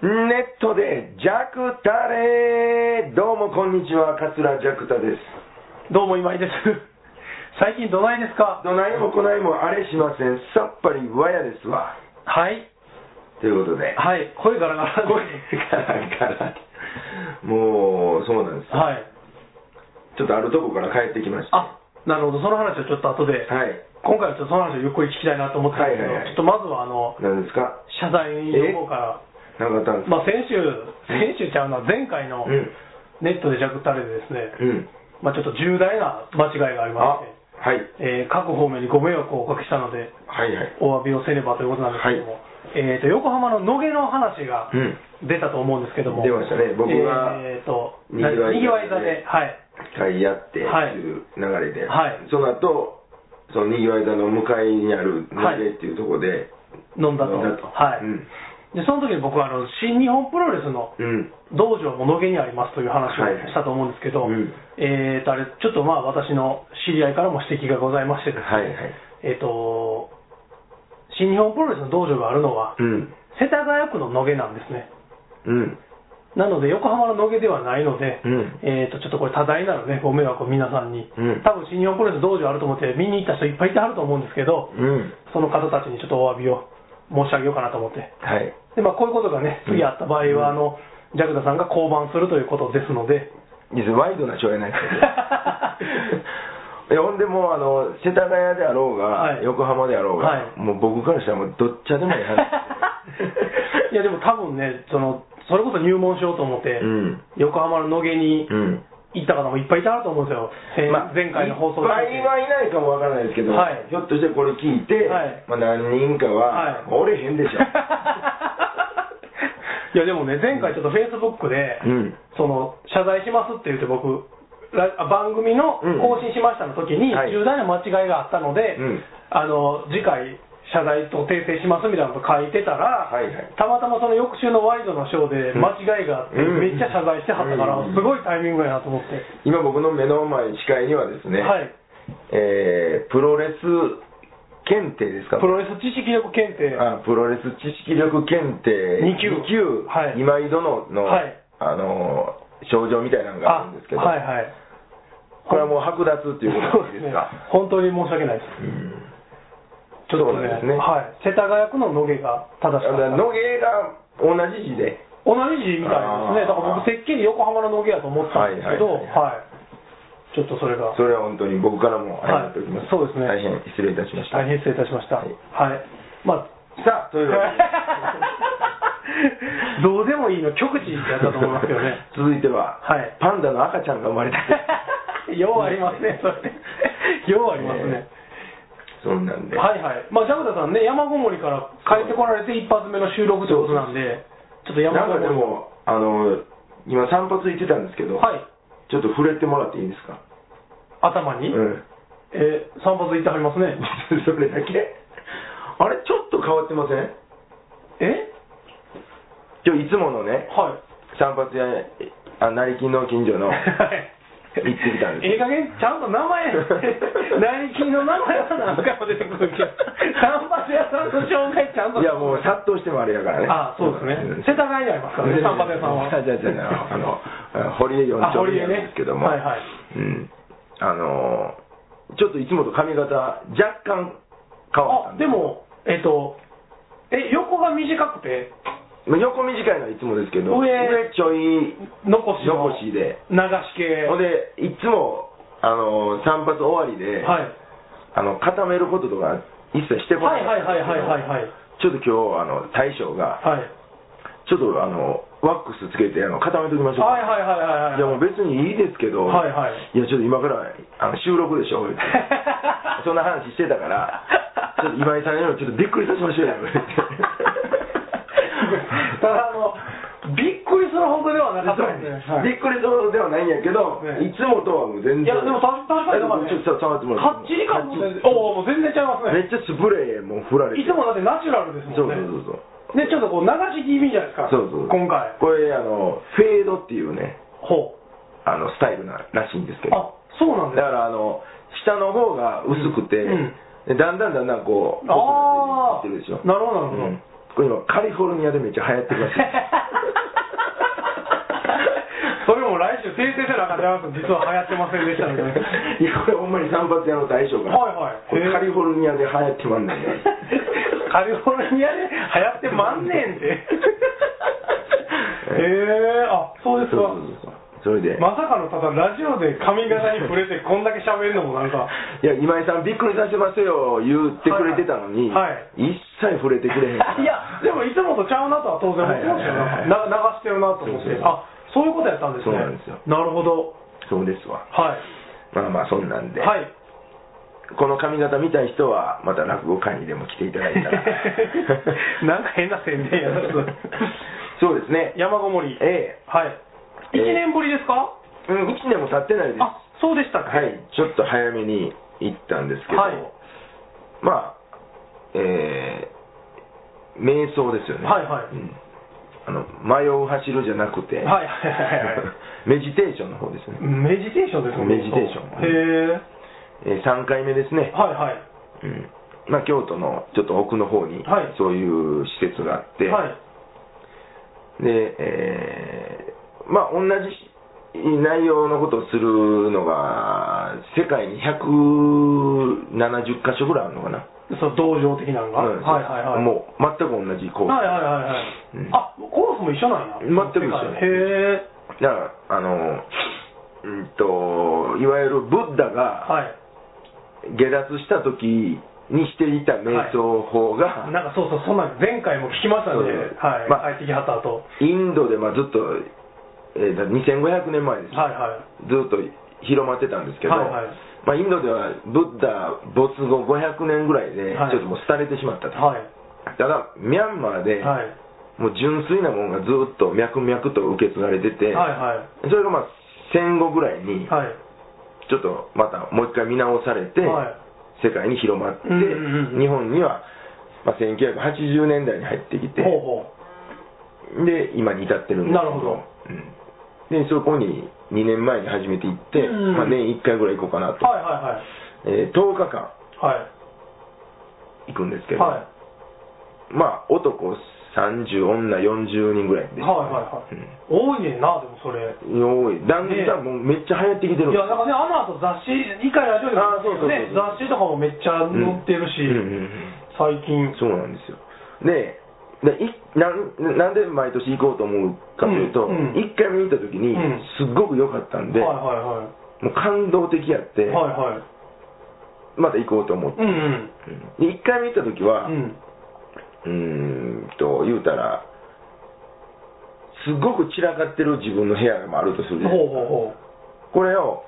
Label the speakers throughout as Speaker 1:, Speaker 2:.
Speaker 1: ネットで、ジャクタレどうもこんにちは、桂ジャクタです。
Speaker 2: どうも今井です。最近どないですか
Speaker 1: どないもこないもあれしません。さっぱりわやですわ。
Speaker 2: はい。
Speaker 1: ということ で。
Speaker 2: はい。声ガラガラ
Speaker 1: これからから、もう、そうなんですよ。
Speaker 2: はい。
Speaker 1: ちょっとあるとこから帰ってきました。
Speaker 2: あ、なるほど。その話はちょっと後で。
Speaker 1: はい。
Speaker 2: 今回はちょっとその話をゆっくり聞きたいなと思ってたんですけど、
Speaker 1: はいはいはい
Speaker 2: ちょっとまずはあの、
Speaker 1: 何ですか
Speaker 2: 謝罪の方から。
Speaker 1: なんかあったんですか
Speaker 2: まあ先週、先週ちゃうな、前回の
Speaker 1: うん。
Speaker 2: ネットでジャクタレでですね、
Speaker 1: うん。
Speaker 2: まあちょっと重大な間違いがあり
Speaker 1: あ、は
Speaker 2: まし
Speaker 1: い
Speaker 2: て。、えー各方面にご迷惑をおかけしたので、
Speaker 1: はいはい。
Speaker 2: お詫びをせねばということなんですけども、えーと横浜の野毛の話が
Speaker 1: うん。
Speaker 2: 出たと思うんですけども、
Speaker 1: 出ましたね僕が
Speaker 2: えーと
Speaker 1: にぎわい座で
Speaker 2: にぎわい座で、はい、
Speaker 1: 一回やって、
Speaker 2: はい
Speaker 1: という流れで、
Speaker 2: はい
Speaker 1: その後、そのにぎわい座の向かいにある
Speaker 2: はい
Speaker 1: 野毛っていうところで、
Speaker 2: 飲んだと、
Speaker 1: 飲んだと
Speaker 2: はい
Speaker 1: うん
Speaker 2: でその時に僕はあの新日本プロレスの
Speaker 1: うん。
Speaker 2: 道場も野毛にありますという話を
Speaker 1: はいはい
Speaker 2: したと思うんですけど、
Speaker 1: うん
Speaker 2: えーとあれちょっとまあ私の知り合いからも指摘がございましてですね、
Speaker 1: はいはい。
Speaker 2: えーと新日本プロレスの道場があるのは、
Speaker 1: うん。
Speaker 2: 世田谷区の野毛なんですね。
Speaker 1: うん。
Speaker 2: なので、横浜の野毛ではないので、
Speaker 1: うん
Speaker 2: えっ、と、ちょっとこれ多大なるね、ご迷惑を皆さんに、
Speaker 1: うん
Speaker 2: 多分新日本プロレス道場あると思って、見に行った人いっぱいいてはると思うんですけど、
Speaker 1: うん。
Speaker 2: その方たちにちょっとお詫びを申し上げようかなと思って。
Speaker 1: はい。
Speaker 2: で、まあ、こういうことがね、次あった場合は、あの、ジャクダさんが降板するということですので、
Speaker 1: いつワイドなショーやな いから。いやほんでもうあの世田谷であろうが、
Speaker 2: はい
Speaker 1: 横浜であろうが、
Speaker 2: はい
Speaker 1: もう僕からしたらもうどっちでもいい話
Speaker 2: いや、でも多分ね、その、それこそ入門しようと思って、
Speaker 1: うん
Speaker 2: 横浜の野毛に
Speaker 1: うん
Speaker 2: 行った方もいっぱいいたはると思うんですよ。先前回の放送
Speaker 1: い
Speaker 2: で
Speaker 1: っぱいはいないかもわからないですけど、
Speaker 2: はい
Speaker 1: ひょっとしてこれ聞いて、
Speaker 2: はい
Speaker 1: まあ、何人かは、
Speaker 2: はい
Speaker 1: もう折れへんで しょ
Speaker 2: い やでもね、前回ちょっとフェイスブックで、
Speaker 1: うん
Speaker 2: その謝罪しますって言って僕、ラあ番組の
Speaker 1: うん
Speaker 2: 更新しましたの時に、
Speaker 1: はい
Speaker 2: 重大な間違いがあったので、
Speaker 1: うん
Speaker 2: あの次回、謝罪と訂正しますみたいなこと書いてたら、
Speaker 1: はいはい
Speaker 2: たまたまその翌週のワイドのショーで
Speaker 1: うん
Speaker 2: 間違いがあって、
Speaker 1: うん
Speaker 2: めっちゃ謝罪してはったから、
Speaker 1: うん
Speaker 2: すごいタイミングやなと思って、
Speaker 1: 今僕の目の前視界にはですね、
Speaker 2: はい、
Speaker 1: えープロレス検定ですか
Speaker 2: プロレス知識力検定、
Speaker 1: あプロレス知識力検定
Speaker 2: 二級はい
Speaker 1: 今井殿の、
Speaker 2: はい
Speaker 1: あのー症状みたいなのがあるんですけど、
Speaker 2: はいはい、
Speaker 1: これはもう剥奪っていうことでいいですか、
Speaker 2: 本当に申し訳ないです。
Speaker 1: うん
Speaker 2: ちょっと
Speaker 1: そう
Speaker 2: ね
Speaker 1: なんですね
Speaker 2: はい、世田谷区の野毛が正し
Speaker 1: だ
Speaker 2: か
Speaker 1: から
Speaker 2: った。
Speaker 1: 野毛が同じ字で
Speaker 2: 同じ字みたいですね。
Speaker 1: あー
Speaker 2: だから僕、てっきり横浜の野毛やと思ってたんですけど、
Speaker 1: は
Speaker 2: はいい
Speaker 1: は
Speaker 2: ちょっとそれが
Speaker 1: それは本当に僕からも謝っておきます、
Speaker 2: はいそうですね
Speaker 1: 大変失礼いたしました
Speaker 2: 大変失礼いたしました。
Speaker 1: は
Speaker 2: はいい。まあ、
Speaker 1: さあというわけで
Speaker 2: どうでもいいの、極地やったと思いますけどね。
Speaker 1: 続いては、
Speaker 2: はい
Speaker 1: パンダの赤ちゃんが生まれた
Speaker 2: ようありますね、それ。ようありますね。
Speaker 1: そんなんで、
Speaker 2: はいはい。まあ、ジャグダさんね、山ごもりから帰ってこられて一発目の収録ということなんで、ちょっと
Speaker 1: な
Speaker 2: 山
Speaker 1: んか
Speaker 2: ご
Speaker 1: で
Speaker 2: もり。
Speaker 1: もあの今散髪行ってたんですけど、
Speaker 2: はい。
Speaker 1: ちょっと触れてもらっていいですか
Speaker 2: 頭
Speaker 1: う
Speaker 2: に、
Speaker 1: ん
Speaker 2: えー散髪行ってはりますね。
Speaker 1: それだけあれちょっと変わってません
Speaker 2: え
Speaker 1: 今日いつものね
Speaker 2: はい。
Speaker 1: 散髪屋えあ成金の近所の行ってきたんです
Speaker 2: ええ加減ちゃんと名 前内勤の名前は何回も出てくるけど散髪屋さんの紹介ちゃんと
Speaker 1: いやもう殺到してもあれやからね
Speaker 2: あそうですね世田谷にありますからね散髪屋さんは
Speaker 1: じゃじゃじゃあのあ堀江四
Speaker 2: あ
Speaker 1: 丁
Speaker 2: 堀
Speaker 1: 目
Speaker 2: 江
Speaker 1: なん
Speaker 2: ね
Speaker 1: ですけども
Speaker 2: はいはい
Speaker 1: うんあのーちょっといつもと髪型若干変わった
Speaker 2: あ
Speaker 1: ん
Speaker 2: でもえっ、とえ横が短くて
Speaker 1: まあ横短いのはいつもですけど
Speaker 2: 上
Speaker 1: ちょい
Speaker 2: 残しの
Speaker 1: 残しで
Speaker 2: 流し系
Speaker 1: ほんでいつもあのー散髪終わりで、
Speaker 2: はい、
Speaker 1: あの固めることとか一切してこな
Speaker 2: はいいはいはいはいはいはい
Speaker 1: ちょっと今日あの大将が
Speaker 2: はい
Speaker 1: ちょっとあのワックスつけてあの固めときましょう
Speaker 2: はいはいはいはいはい
Speaker 1: いやもう別にいいですけど、
Speaker 2: はいはい
Speaker 1: やちょっと今からあの収録でしょ言うてそんな話してたからちょっと今井さんよりちょっとびっくりさせましょうよ言うて
Speaker 2: ただあのびっくりするほどではなかったですね、はい
Speaker 1: びっくりするではないんやけど、
Speaker 2: ね
Speaker 1: いつもとはもう全然
Speaker 2: いやでも確かに
Speaker 1: ちょっと触ってもら
Speaker 2: かっ
Speaker 1: っ
Speaker 2: てち
Speaker 1: いい
Speaker 2: り感も全然
Speaker 1: かっ
Speaker 2: おおもう全然ちゃいます
Speaker 1: ちりめ
Speaker 2: ね
Speaker 1: っちゃスプレーも振られて
Speaker 2: いつもだってナチュラルです
Speaker 1: そ
Speaker 2: も
Speaker 1: うん
Speaker 2: ね
Speaker 1: そうそうそう
Speaker 2: ねちょっとこう流し気味じゃないですか
Speaker 1: そうそうそう
Speaker 2: 今回
Speaker 1: これあのフェードっていうね
Speaker 2: ほう
Speaker 1: あのスタイルならしいんですけど
Speaker 2: あそうなん
Speaker 1: だ
Speaker 2: です
Speaker 1: からあの下の方が薄くて、
Speaker 2: うん
Speaker 1: でだんだんだんだんこう
Speaker 2: ああ
Speaker 1: 細くなっていってるでしょ
Speaker 2: なるほどなるほど、
Speaker 1: うんこれ今カリフォルニアでめっちゃ流行って るらしい
Speaker 2: それも来週訂正せなあかんじゃん実は流行ってませんでしたみたいな
Speaker 1: いやこれほんまに散髪屋の大将が
Speaker 2: はいはい
Speaker 1: これカリフォルニアで流行ってまんねんよ
Speaker 2: カリフォルニアで流行ってまんね んってへえあそうです
Speaker 1: そう
Speaker 2: か
Speaker 1: そうそうそれで、
Speaker 2: まさかのただラジオで髪型に触れてこんだけ喋るのもなんか
Speaker 1: いや今井さんびっくりさせますよ言ってくれてたのに、
Speaker 2: はいはい
Speaker 1: 一切触れてくれへんから
Speaker 2: いやでもいつもとちゃうなとは当然思ってましたよ
Speaker 1: はいはいはいはい
Speaker 2: な流してるなと思って
Speaker 1: そうそうそう
Speaker 2: あそういうことやったんですね
Speaker 1: そうなんですよ
Speaker 2: なるほど
Speaker 1: そうですわ
Speaker 2: はい
Speaker 1: まあまあそんなんで、
Speaker 2: はい
Speaker 1: この髪型見たい人はまた落語会にでも来ていただいたら
Speaker 2: なんか変な宣伝やなそれ
Speaker 1: そうですね
Speaker 2: 山ごもり
Speaker 1: ええ
Speaker 2: はい
Speaker 1: えー
Speaker 2: 1年ぶりですか
Speaker 1: うん1年も経ってないです
Speaker 2: あそうでしたっけ
Speaker 1: はいちょっと早めに行ったんですけど、
Speaker 2: はい
Speaker 1: まあえー、瞑想ですよね
Speaker 2: はいはい
Speaker 1: うんあの迷う走るじゃなくて、
Speaker 2: はいはいはいはい
Speaker 1: メジテーションの方ですね、
Speaker 2: メディテーションですね
Speaker 1: メディテーション
Speaker 2: へえ
Speaker 1: えー、3回目ですね、
Speaker 2: はいはい
Speaker 1: うんまあ、京都のちょっと奥の方に
Speaker 2: はい
Speaker 1: そういう施設があって、
Speaker 2: はい
Speaker 1: で、えーまあ、同じ内容のことをするのが、世界に170箇所ぐらいあるのかな、
Speaker 2: その道場的なのが、
Speaker 1: うん
Speaker 2: はいはいはい
Speaker 1: もう全く同じコー
Speaker 2: はいは
Speaker 1: ス、
Speaker 2: いはいはい、
Speaker 1: うん
Speaker 2: あコースも一緒なんや
Speaker 1: 全く一緒
Speaker 2: へえ
Speaker 1: だからあの、うんと、いわゆるブッダが
Speaker 2: はい
Speaker 1: 下脱した時にしていた瞑想法が、
Speaker 2: なんかそうそう、そんなん前回も聞きましたね、
Speaker 1: そうです
Speaker 2: はい、
Speaker 1: まあ
Speaker 2: 帰ってきはった後、
Speaker 1: インドでまあずっと、えーだ2500年前です、
Speaker 2: はいはい、
Speaker 1: ずっと広まってたんですけど、
Speaker 2: はいはい
Speaker 1: まあ、インドではブッダ没後500年ぐらいで、
Speaker 2: はい
Speaker 1: ちょっともう廃れてしまったと、
Speaker 2: はい、
Speaker 1: ただ、ミャンマーで、
Speaker 2: はい、
Speaker 1: もう純粋なものがずっと脈々と受け継がれて
Speaker 2: は
Speaker 1: て、
Speaker 2: いはい、
Speaker 1: それがまあ戦後ぐらいに、
Speaker 2: はい、
Speaker 1: ちょっとまたもう一回見直されて、
Speaker 2: はい
Speaker 1: 世界に広まって、
Speaker 2: うんうんうん
Speaker 1: 日本には、まあ、1980年代に入ってきて、
Speaker 2: ほうほ
Speaker 1: で今に至ってるんですけ
Speaker 2: なるほど
Speaker 1: うん、でそこに2年前に始めていって、
Speaker 2: うん
Speaker 1: まあ、年1回ぐらい行こうかな
Speaker 2: う、
Speaker 1: と、
Speaker 2: はいはいはい、
Speaker 1: えー10日間
Speaker 2: はい、
Speaker 1: 行くんですけど、
Speaker 2: は
Speaker 1: まあ男30女40人ぐらい
Speaker 2: い、はい
Speaker 1: で
Speaker 2: はい、はい、多いねんな、でもそれ。
Speaker 1: うん多いだんだんもうめっちゃ流行ってきて
Speaker 2: い
Speaker 1: るんで
Speaker 2: や
Speaker 1: す
Speaker 2: なんかね、あの後雑誌、以下ラジオでも
Speaker 1: あーそうそうそう
Speaker 2: ね、雑誌とかもめっちゃ載ってるし、
Speaker 1: うんうんうん
Speaker 2: 最近、
Speaker 1: そうなんですよででいなんなんで毎年行こうと思うかというと、
Speaker 2: うんうん
Speaker 1: 1回見に行った時に
Speaker 2: うん
Speaker 1: すっごく良かったんで、
Speaker 2: はいは
Speaker 1: もう感動的やっ
Speaker 2: い
Speaker 1: て、
Speaker 2: はい、はいはい、
Speaker 1: また行こうと思って、
Speaker 2: うんうん、
Speaker 1: で1回見に行った時は、
Speaker 2: うん、
Speaker 1: うーんと言うたらすごく散らかってる自分の部屋もあるとするじゃない
Speaker 2: ほ
Speaker 1: で
Speaker 2: うほ
Speaker 1: す
Speaker 2: うほう。
Speaker 1: かこれを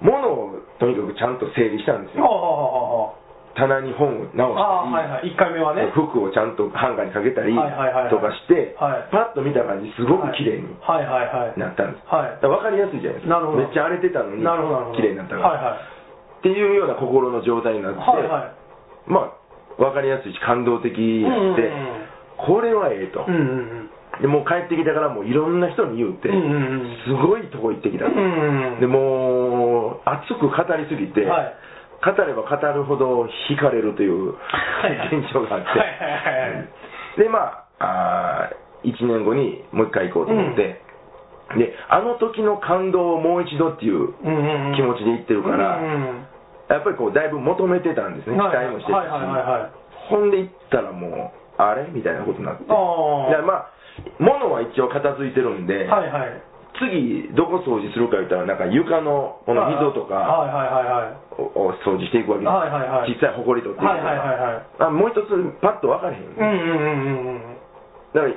Speaker 1: 物をとにかくちゃんと整理したんです
Speaker 2: は
Speaker 1: よ
Speaker 2: は
Speaker 1: 棚に本を直
Speaker 2: ははあーはいはい、1
Speaker 1: し
Speaker 2: 回目は
Speaker 1: た
Speaker 2: ね
Speaker 1: り、服をちゃんとハンガーにかけたり
Speaker 2: はいはいはいはい
Speaker 1: とかして
Speaker 2: はい
Speaker 1: パッと見た感じすごく綺麗に
Speaker 2: はいはいはい
Speaker 1: なったんです
Speaker 2: はい
Speaker 1: だから分かりやすいじゃないです
Speaker 2: な
Speaker 1: か
Speaker 2: るほど
Speaker 1: めっちゃ荒れてたのに
Speaker 2: なるほどなるほど
Speaker 1: 綺麗になった
Speaker 2: はい
Speaker 1: から
Speaker 2: はい
Speaker 1: っていうような心の状態になって
Speaker 2: はいはい
Speaker 1: まあ分かりやすいし感動的で
Speaker 2: うんうんうん
Speaker 1: これはええと
Speaker 2: うんうん
Speaker 1: でもう帰ってきたからもういろんな人に言うて、
Speaker 2: うんうんうん
Speaker 1: すごいとこ行ってきた、
Speaker 2: うんうんうん
Speaker 1: でもう熱く語りすぎて、
Speaker 2: はい
Speaker 1: 語れば語るほど惹かれるとい
Speaker 2: は
Speaker 1: う
Speaker 2: いはい
Speaker 1: 現象があって、
Speaker 2: はいはいはいはい
Speaker 1: でまああ1年後にもう一回行こうと思って、であの時の感動をもう一度っていう
Speaker 2: うんうんうん
Speaker 1: 気持ちで行ってるか
Speaker 2: う
Speaker 1: ら、
Speaker 2: んうんうん
Speaker 1: やっぱりこうだいぶ求めてたんですね期
Speaker 2: はい
Speaker 1: 待もしてたし、
Speaker 2: はいはいはいはい
Speaker 1: ほんで行ったらもうあれみたいなことになって
Speaker 2: あー
Speaker 1: いやまあ物は一応片付いてるんで、
Speaker 2: はいはい
Speaker 1: 次どこ掃除するか言ったらなんか床のこの溝とか
Speaker 2: はいはいはいはい
Speaker 1: をを掃除していくわけです、
Speaker 2: はいはいはい
Speaker 1: 小さい埃取っていくとか、
Speaker 2: はいはいはいはい
Speaker 1: あもう一つパッと分かれへん、
Speaker 2: うん
Speaker 1: だ
Speaker 2: うんうんうんうん
Speaker 1: から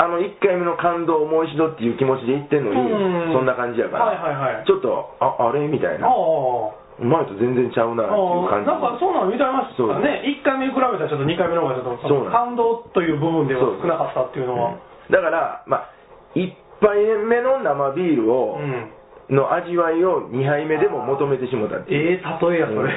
Speaker 1: あの1回目の感動をもう一度っていう気持ちで言ってんのに、
Speaker 2: うん
Speaker 1: そんな感じやか
Speaker 2: はい
Speaker 1: ら、
Speaker 2: はいはい
Speaker 1: ちょっとああれみたい
Speaker 2: あ
Speaker 1: な
Speaker 2: あ
Speaker 1: 前と全然ちゃうなっていう
Speaker 2: あ
Speaker 1: 感
Speaker 2: ー
Speaker 1: じ
Speaker 2: なんかそうなの見たました
Speaker 1: そう
Speaker 2: ね1回目に比べたらちょっと2回目の方がちょっと
Speaker 1: そうな
Speaker 2: 感動という部分では少なかったっていうのは
Speaker 1: うんだからまあ1杯目の生ビールを、
Speaker 2: うん
Speaker 1: の味わいを2杯目でも求めてしもたって
Speaker 2: ええ
Speaker 1: いう
Speaker 2: 例えやそれ、
Speaker 1: うん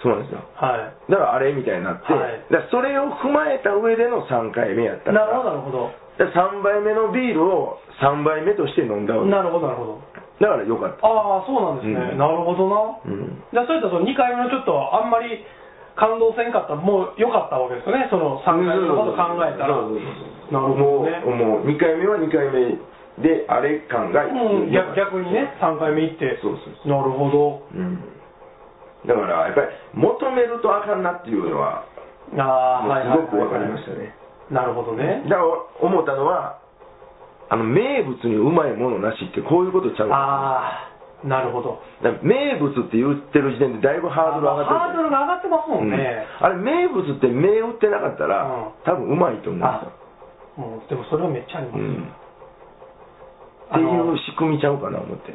Speaker 1: そうなんですよ
Speaker 2: は
Speaker 1: だからあれみたいになって、
Speaker 2: はい
Speaker 1: だからそれを踏まえた上での3回目や
Speaker 2: い
Speaker 1: った
Speaker 2: なるほ
Speaker 1: から
Speaker 2: どなるほど
Speaker 1: だから3杯目のビールを3杯目として飲んだわけだ
Speaker 2: なるほどなるほど
Speaker 1: からよかった
Speaker 2: ああそうなんですね、
Speaker 1: うん
Speaker 2: なるほどな、
Speaker 1: うん
Speaker 2: じゃあそれとその2回目のちょっとあんまり感動せんかったらもう良かったわけですよねその3回目のこと考えたら
Speaker 1: そうそうそう
Speaker 2: なるほどね
Speaker 1: もうもう2回目は2回目であれ感が
Speaker 2: うん逆逆にね3回目行って
Speaker 1: そうそう
Speaker 2: なるほど
Speaker 1: うんだからやっぱり求めるとあかんなっていうのは
Speaker 2: ああはいはい
Speaker 1: すごくわかりましたね
Speaker 2: なるほどね
Speaker 1: だから思ったのはあの名物にうまいものなしってこういうことちゃう
Speaker 2: ああなるほど
Speaker 1: だから名物って言ってる時点でだいぶハードル上がって
Speaker 2: ハードルが上がってますもん
Speaker 1: うん
Speaker 2: ね、
Speaker 1: あれ名物って名打ってなかったら、
Speaker 2: うん
Speaker 1: 多分うまいと思うん
Speaker 2: あもうでもそれはめっちゃありま
Speaker 1: う
Speaker 2: す、
Speaker 1: んっ
Speaker 2: あ
Speaker 1: てい
Speaker 2: の
Speaker 1: う仕組みちゃうかな思って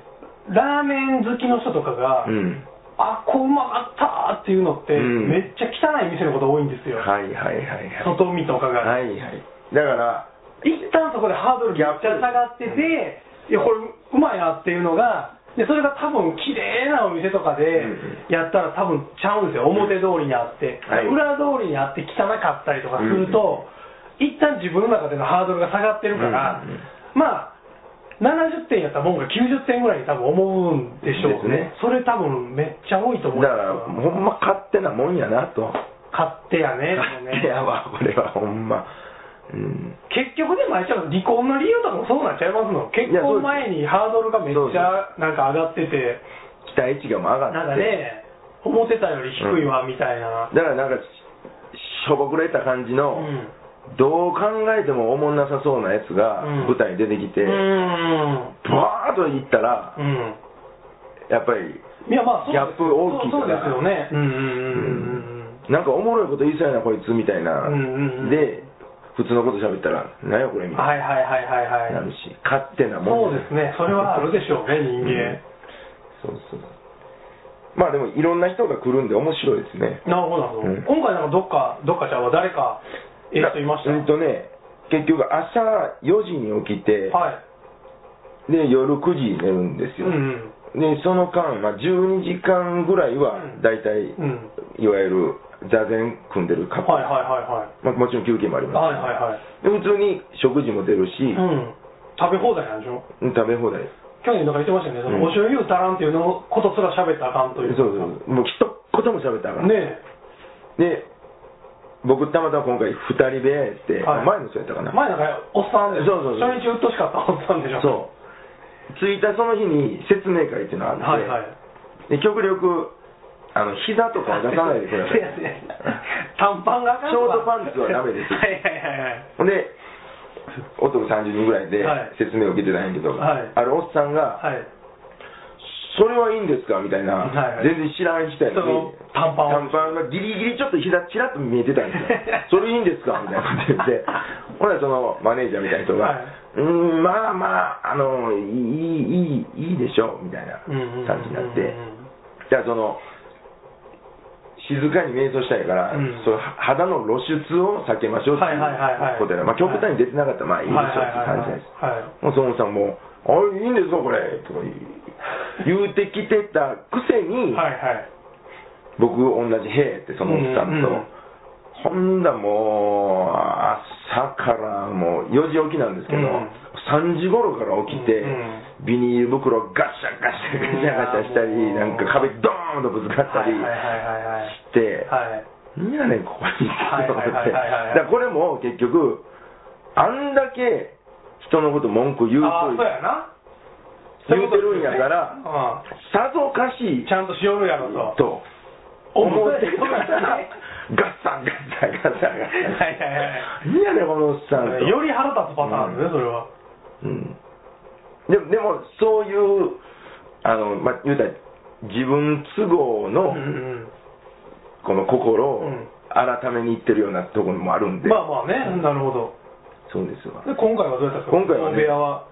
Speaker 2: ラーメン好きの人とかが、
Speaker 1: うん
Speaker 2: あこううまかったっていうのって、
Speaker 1: うん
Speaker 2: めっちゃ汚い店のこと多いんですよ、
Speaker 1: はいはいはいはい
Speaker 2: 外見とかが、
Speaker 1: はいはいだから
Speaker 2: 一旦そこでハードルがめっちゃ下がってて、いやこれうまいなっていうのがでそれが多分綺麗なお店とかで
Speaker 1: うん
Speaker 2: やったら多分ちゃうんですよ表通りにあって、
Speaker 1: はい
Speaker 2: 裏通りにあって汚かったりとかすると、一旦自分の中でのハードルが下がってるから、
Speaker 1: うんうんうん
Speaker 2: まあ70点やったもんが90点ぐらいに多分思うんでしょうね
Speaker 1: で
Speaker 2: それ多分めっちゃ多いと
Speaker 1: だ
Speaker 2: 思う
Speaker 1: からほんま勝手なもんやなと
Speaker 2: 勝手やね
Speaker 1: 勝手やわこれはほんまうん
Speaker 2: 結局でもあれちゃう離婚の理由とかもそうなっちゃいますの結婚前にハードルがめっちゃなんか上がってて
Speaker 1: 期待値がもう上がっ
Speaker 2: なん
Speaker 1: て
Speaker 2: かね思ってたより低いわみたいな、
Speaker 1: だからなんかししょぼくれた感じの、
Speaker 2: うん
Speaker 1: どう考えてもおもんなさそうなやつが
Speaker 2: うん
Speaker 1: 舞台に出てき
Speaker 2: うー
Speaker 1: て、
Speaker 2: ん
Speaker 1: バーッといったら
Speaker 2: うん
Speaker 1: やっぱり
Speaker 2: いやまあそう
Speaker 1: ギャップ大きい
Speaker 2: そうそう
Speaker 1: か
Speaker 2: で
Speaker 1: ら
Speaker 2: すよねうん
Speaker 1: なんかおもろいこと言いそうやなこいつみたいな、
Speaker 2: うんうんうん
Speaker 1: で普通のこと喋ったら何やこれみたい
Speaker 2: はいはいはいはい
Speaker 1: な、
Speaker 2: は
Speaker 1: ないるし勝手な
Speaker 2: そ
Speaker 1: も
Speaker 2: うんですねそれはあるでしょうね人間、
Speaker 1: そうそうまあでもいろんな人が来るんで面白いですね
Speaker 2: なるほどなるほど、
Speaker 1: う
Speaker 2: 今
Speaker 1: ん
Speaker 2: 回なんかどっかどっかちゃんは誰かえっといました、
Speaker 1: うんとね結局朝4時に起きて、
Speaker 2: はい
Speaker 1: で夜9時に寝るんです
Speaker 2: う
Speaker 1: よ、
Speaker 2: んうん
Speaker 1: でその間、まあ、12時間ぐらいは
Speaker 2: うん
Speaker 1: 大体、
Speaker 2: うん
Speaker 1: いわゆる座禅組んでるカップ
Speaker 2: は
Speaker 1: ル、
Speaker 2: いはいは
Speaker 1: まあ、もちろん休憩もあり
Speaker 2: いはい
Speaker 1: ます、
Speaker 2: はいはいはい
Speaker 1: で普通に食事も出るし、
Speaker 2: うん、食べ放題なんでしょ
Speaker 1: 食べ放題
Speaker 2: 去年なんか言ってましたよね、そのお
Speaker 1: うん
Speaker 2: 醤油足らんっていうのことすら喋ったらあかんというか
Speaker 1: そうそうもう一言も喋ったらあかん
Speaker 2: ね
Speaker 1: で僕たまたま今回2人部屋やって、
Speaker 2: はい
Speaker 1: 前の人やったか
Speaker 2: え
Speaker 1: な
Speaker 2: 前なんかおっさんで
Speaker 1: そうそうそ
Speaker 2: 初
Speaker 1: う
Speaker 2: 日うっとしかったおっさんでしょう
Speaker 1: そう着いたその日に説明会っていうのがあって、
Speaker 2: はいはい
Speaker 1: で極力あの膝とかを出さないでく だ
Speaker 2: せ
Speaker 1: さ
Speaker 2: やせや
Speaker 1: い
Speaker 2: 短パンがあかんわ
Speaker 1: ショートパンツはダメです
Speaker 2: はいはいはいはい
Speaker 1: ほんで男30人ぐらいで
Speaker 2: はい
Speaker 1: 説明を受けてたんやけど、
Speaker 2: はい
Speaker 1: あるおっさんが
Speaker 2: はい
Speaker 1: 「それはいいんですか?」みたいな、
Speaker 2: はいはい
Speaker 1: 全然知らん人やのに
Speaker 2: その短パンを
Speaker 1: 短パンがギリギリちょっと膝ちらっと見えてたんですよ それいいんですかみたいなこと言ってほらそのマネージャーみたいな人が
Speaker 2: はい
Speaker 1: 「うーんまあまああのいいいいいいでしょう」みたいな
Speaker 2: うんうんうんうん
Speaker 1: 感じになってじゃあその静かに瞑想したいから、
Speaker 2: うん
Speaker 1: その肌の露出を避けましょうって
Speaker 2: はいいうはいはいはい
Speaker 1: ことで、まあ、極端に出てなかったらまあいいでしょうっていう感じなんです、
Speaker 2: はいはいはいはい
Speaker 1: もうそのおっさんも「あれいいんですかこれ」とか 言う言うてきてたくせに、
Speaker 2: はいはい
Speaker 1: 僕同じ「へえ」ってそのおっさんと、
Speaker 2: うんうん
Speaker 1: ほんだもう朝からもう4時起きなんですけど、
Speaker 2: うん
Speaker 1: 3時頃から起きて、
Speaker 2: うんうん
Speaker 1: ビニール袋をガシャガシャガシャガシャしたり、
Speaker 2: うん
Speaker 1: なんか壁ドーンとぶつかったり
Speaker 2: はいはいはいはいはい
Speaker 1: して、
Speaker 2: はい
Speaker 1: なんやねんここに
Speaker 2: はい
Speaker 1: と思
Speaker 2: はい
Speaker 1: っ
Speaker 2: はい
Speaker 1: て
Speaker 2: はいはい
Speaker 1: だからこれも結局あんだけ人のこと文句言う
Speaker 2: ああ
Speaker 1: と
Speaker 2: そうやな
Speaker 1: 言うてるんやから
Speaker 2: う
Speaker 1: さぞかし
Speaker 2: んちゃんとしよるやろと
Speaker 1: と思って たらガッサンガッサンガッサンガッサン
Speaker 2: はいはいはい
Speaker 1: 何やねんこのおっさんと
Speaker 2: より腹立つパターンですね、それは。
Speaker 1: うんでもでもそういうあのまあ言うたら自分都合の
Speaker 2: うん
Speaker 1: この心を
Speaker 2: うん
Speaker 1: 改めに言ってるようなところもあるんで、
Speaker 2: まあまあね、なるほど。
Speaker 1: そうですわ
Speaker 2: で、今回はどうやったんですか
Speaker 1: 今回はね
Speaker 2: 大部屋 は。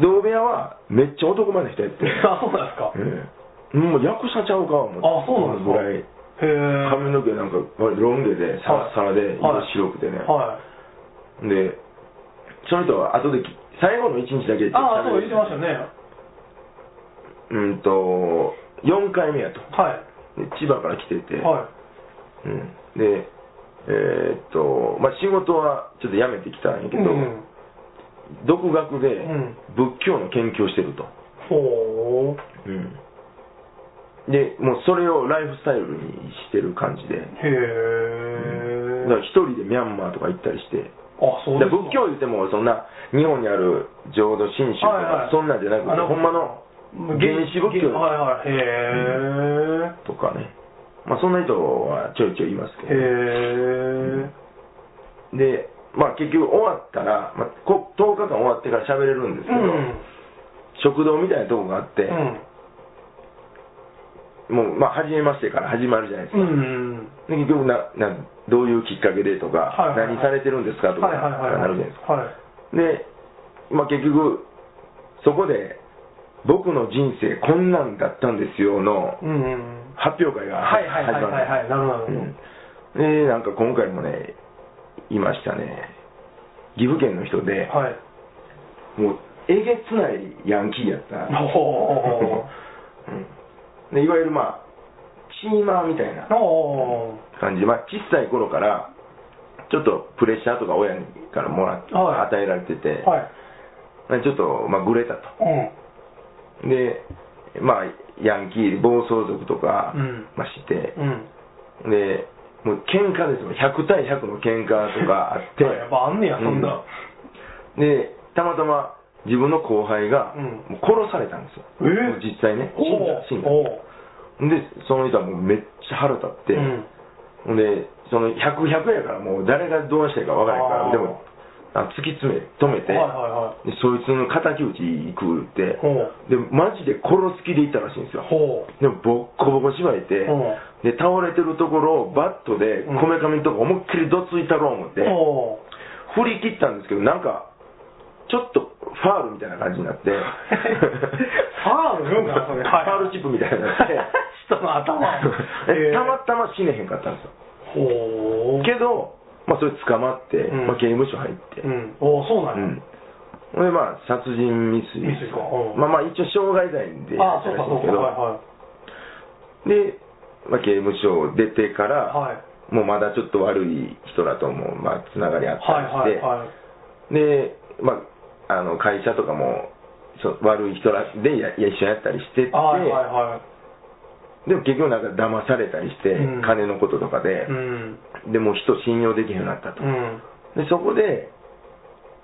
Speaker 1: 同部屋はめっちゃ男前の人やって、
Speaker 2: あ、 そうなんですか。
Speaker 1: うん、もう役者ちゃうか思って
Speaker 2: あ、そうなんですか。
Speaker 1: ぐらい
Speaker 2: へえ。
Speaker 1: 髪の毛なんかロン毛でサラッサラで色
Speaker 2: はい
Speaker 1: 白くてね、
Speaker 2: はい。
Speaker 1: でその人は後でき最後の1日だけで
Speaker 2: ああ、そう、言ってましたよね。
Speaker 1: うんと4回目やと
Speaker 2: は
Speaker 1: で千葉から来てて、
Speaker 2: い。は
Speaker 1: うん、でえーっとまあ仕事はちょっと辞めてきたんや
Speaker 2: い。
Speaker 1: け
Speaker 2: う
Speaker 1: ど、
Speaker 2: ん。
Speaker 1: 独学で
Speaker 2: うん
Speaker 1: 仏教の研究をしてると、
Speaker 2: ほう。
Speaker 1: うんで、もうそれをライフスタイルにしてる感じ
Speaker 2: へ
Speaker 1: で、
Speaker 2: え、
Speaker 1: だから一人でミャンマーとか行ったりして、
Speaker 2: あそう
Speaker 1: だ
Speaker 2: です
Speaker 1: か
Speaker 2: から
Speaker 1: 仏教言っても、そんな、日本にある浄土真宗と
Speaker 2: はいはい、
Speaker 1: かそんなんじゃなくて
Speaker 2: あ、の
Speaker 1: ほんまの原始仏教
Speaker 2: はいはいへ
Speaker 1: とかね、まあそんな人はちょいちょいいます
Speaker 2: え、
Speaker 1: け
Speaker 2: へ
Speaker 1: ど、
Speaker 2: え
Speaker 1: で、まあ結局終わったら、まあ、こ10日間終わってから喋れるんです
Speaker 2: う
Speaker 1: けど、
Speaker 2: ん
Speaker 1: 食堂みたいなとこがあって、
Speaker 2: うん
Speaker 1: もう、まあ、初めましてから始まるじゃないです
Speaker 2: う
Speaker 1: か。
Speaker 2: ん
Speaker 1: で結局なな、どういうきっかけでとか、
Speaker 2: はいはいはい
Speaker 1: 何されてるんですかとか、
Speaker 2: はいはいはいはい
Speaker 1: なるじゃないですか。
Speaker 2: はい
Speaker 1: で、まあ、結局、そこで、僕の人生こんなんだったんですよの
Speaker 2: うんうん
Speaker 1: 発表会が
Speaker 2: はい
Speaker 1: 始
Speaker 2: はい
Speaker 1: ま
Speaker 2: はい
Speaker 1: る
Speaker 2: はいはいなるほどなるほど
Speaker 1: うんで、なんか今回もね、いましたね、岐阜県の人で、
Speaker 2: はい
Speaker 1: もうえげつないヤンキーやった、
Speaker 2: おお
Speaker 1: うんでいわゆるまあ、チーマーみたいな
Speaker 2: おお
Speaker 1: 感じで、まあ、小さい頃から、ちょっとプレッシャーとか親にからもらっ
Speaker 2: はい
Speaker 1: 与えられてて、
Speaker 2: はい
Speaker 1: まあちょっと、まあ、グレたと。
Speaker 2: うん
Speaker 1: で、まあ、ヤンキー、暴走族とか、
Speaker 2: うん
Speaker 1: まあ、して、
Speaker 2: うん
Speaker 1: で、もう喧嘩ですよ、100対100の喧嘩とかあって、
Speaker 2: やっ ぱあんねやそんな
Speaker 1: うんで、たまたま自分の後輩が、
Speaker 2: うん
Speaker 1: もう殺されたんですよ、
Speaker 2: えー
Speaker 1: 実際ね、死んだ、死んだ。
Speaker 2: お
Speaker 1: で、その人はもうめっちゃ腹立って、
Speaker 2: うん
Speaker 1: ほんで、その100、100やから、もう誰がどうしたいか分からへんか
Speaker 2: あー
Speaker 1: ら、でも、あ突き詰め、止めて、
Speaker 2: はいは
Speaker 1: でそいつの敵討ち行くって
Speaker 2: いはい、ほう
Speaker 1: で、マジで殺す気で行ったらしいんですよ。
Speaker 2: ほう
Speaker 1: でもボッコボコ縛いて、
Speaker 2: うん
Speaker 1: で倒れてるところをバットで
Speaker 2: うん
Speaker 1: こめかみのとこ思いっきりどついたろう思って、
Speaker 2: ほう
Speaker 1: 振り切ったんですけどなんかちょっとファールみたいな感じになって フ
Speaker 2: ァール言うんかなそれ
Speaker 1: ファールチップみたいになって
Speaker 2: 人の頭
Speaker 1: えたまたま死ねへんかったんですよ
Speaker 2: ほう
Speaker 1: けど、まあ、それ捕まって、
Speaker 2: うん
Speaker 1: まあ、刑務所入って、
Speaker 2: うんおそうなんや、
Speaker 1: うんほんでまあ殺人未遂
Speaker 2: 未遂かうん
Speaker 1: まあまあ一応傷害罪でや
Speaker 2: あ
Speaker 1: っ
Speaker 2: そう
Speaker 1: たら
Speaker 2: か
Speaker 1: しいん
Speaker 2: そ
Speaker 1: で
Speaker 2: う
Speaker 1: す
Speaker 2: かは
Speaker 1: けどで、まあ、刑務所を出てか
Speaker 2: い
Speaker 1: ら、
Speaker 2: はいはい
Speaker 1: もうまだちょっと悪い人らとも、まあ、つながりあったり
Speaker 2: はいはいはい
Speaker 1: して、で、まあ、あの会社とかもそう悪い人らでや一緒にやったりしてて、
Speaker 2: はいはいは
Speaker 1: でも結局なんか騙されたりして、
Speaker 2: うん
Speaker 1: 金のこととかで
Speaker 2: い、うん
Speaker 1: でもう人信用できへんようになったと。
Speaker 2: うん
Speaker 1: で、そこで、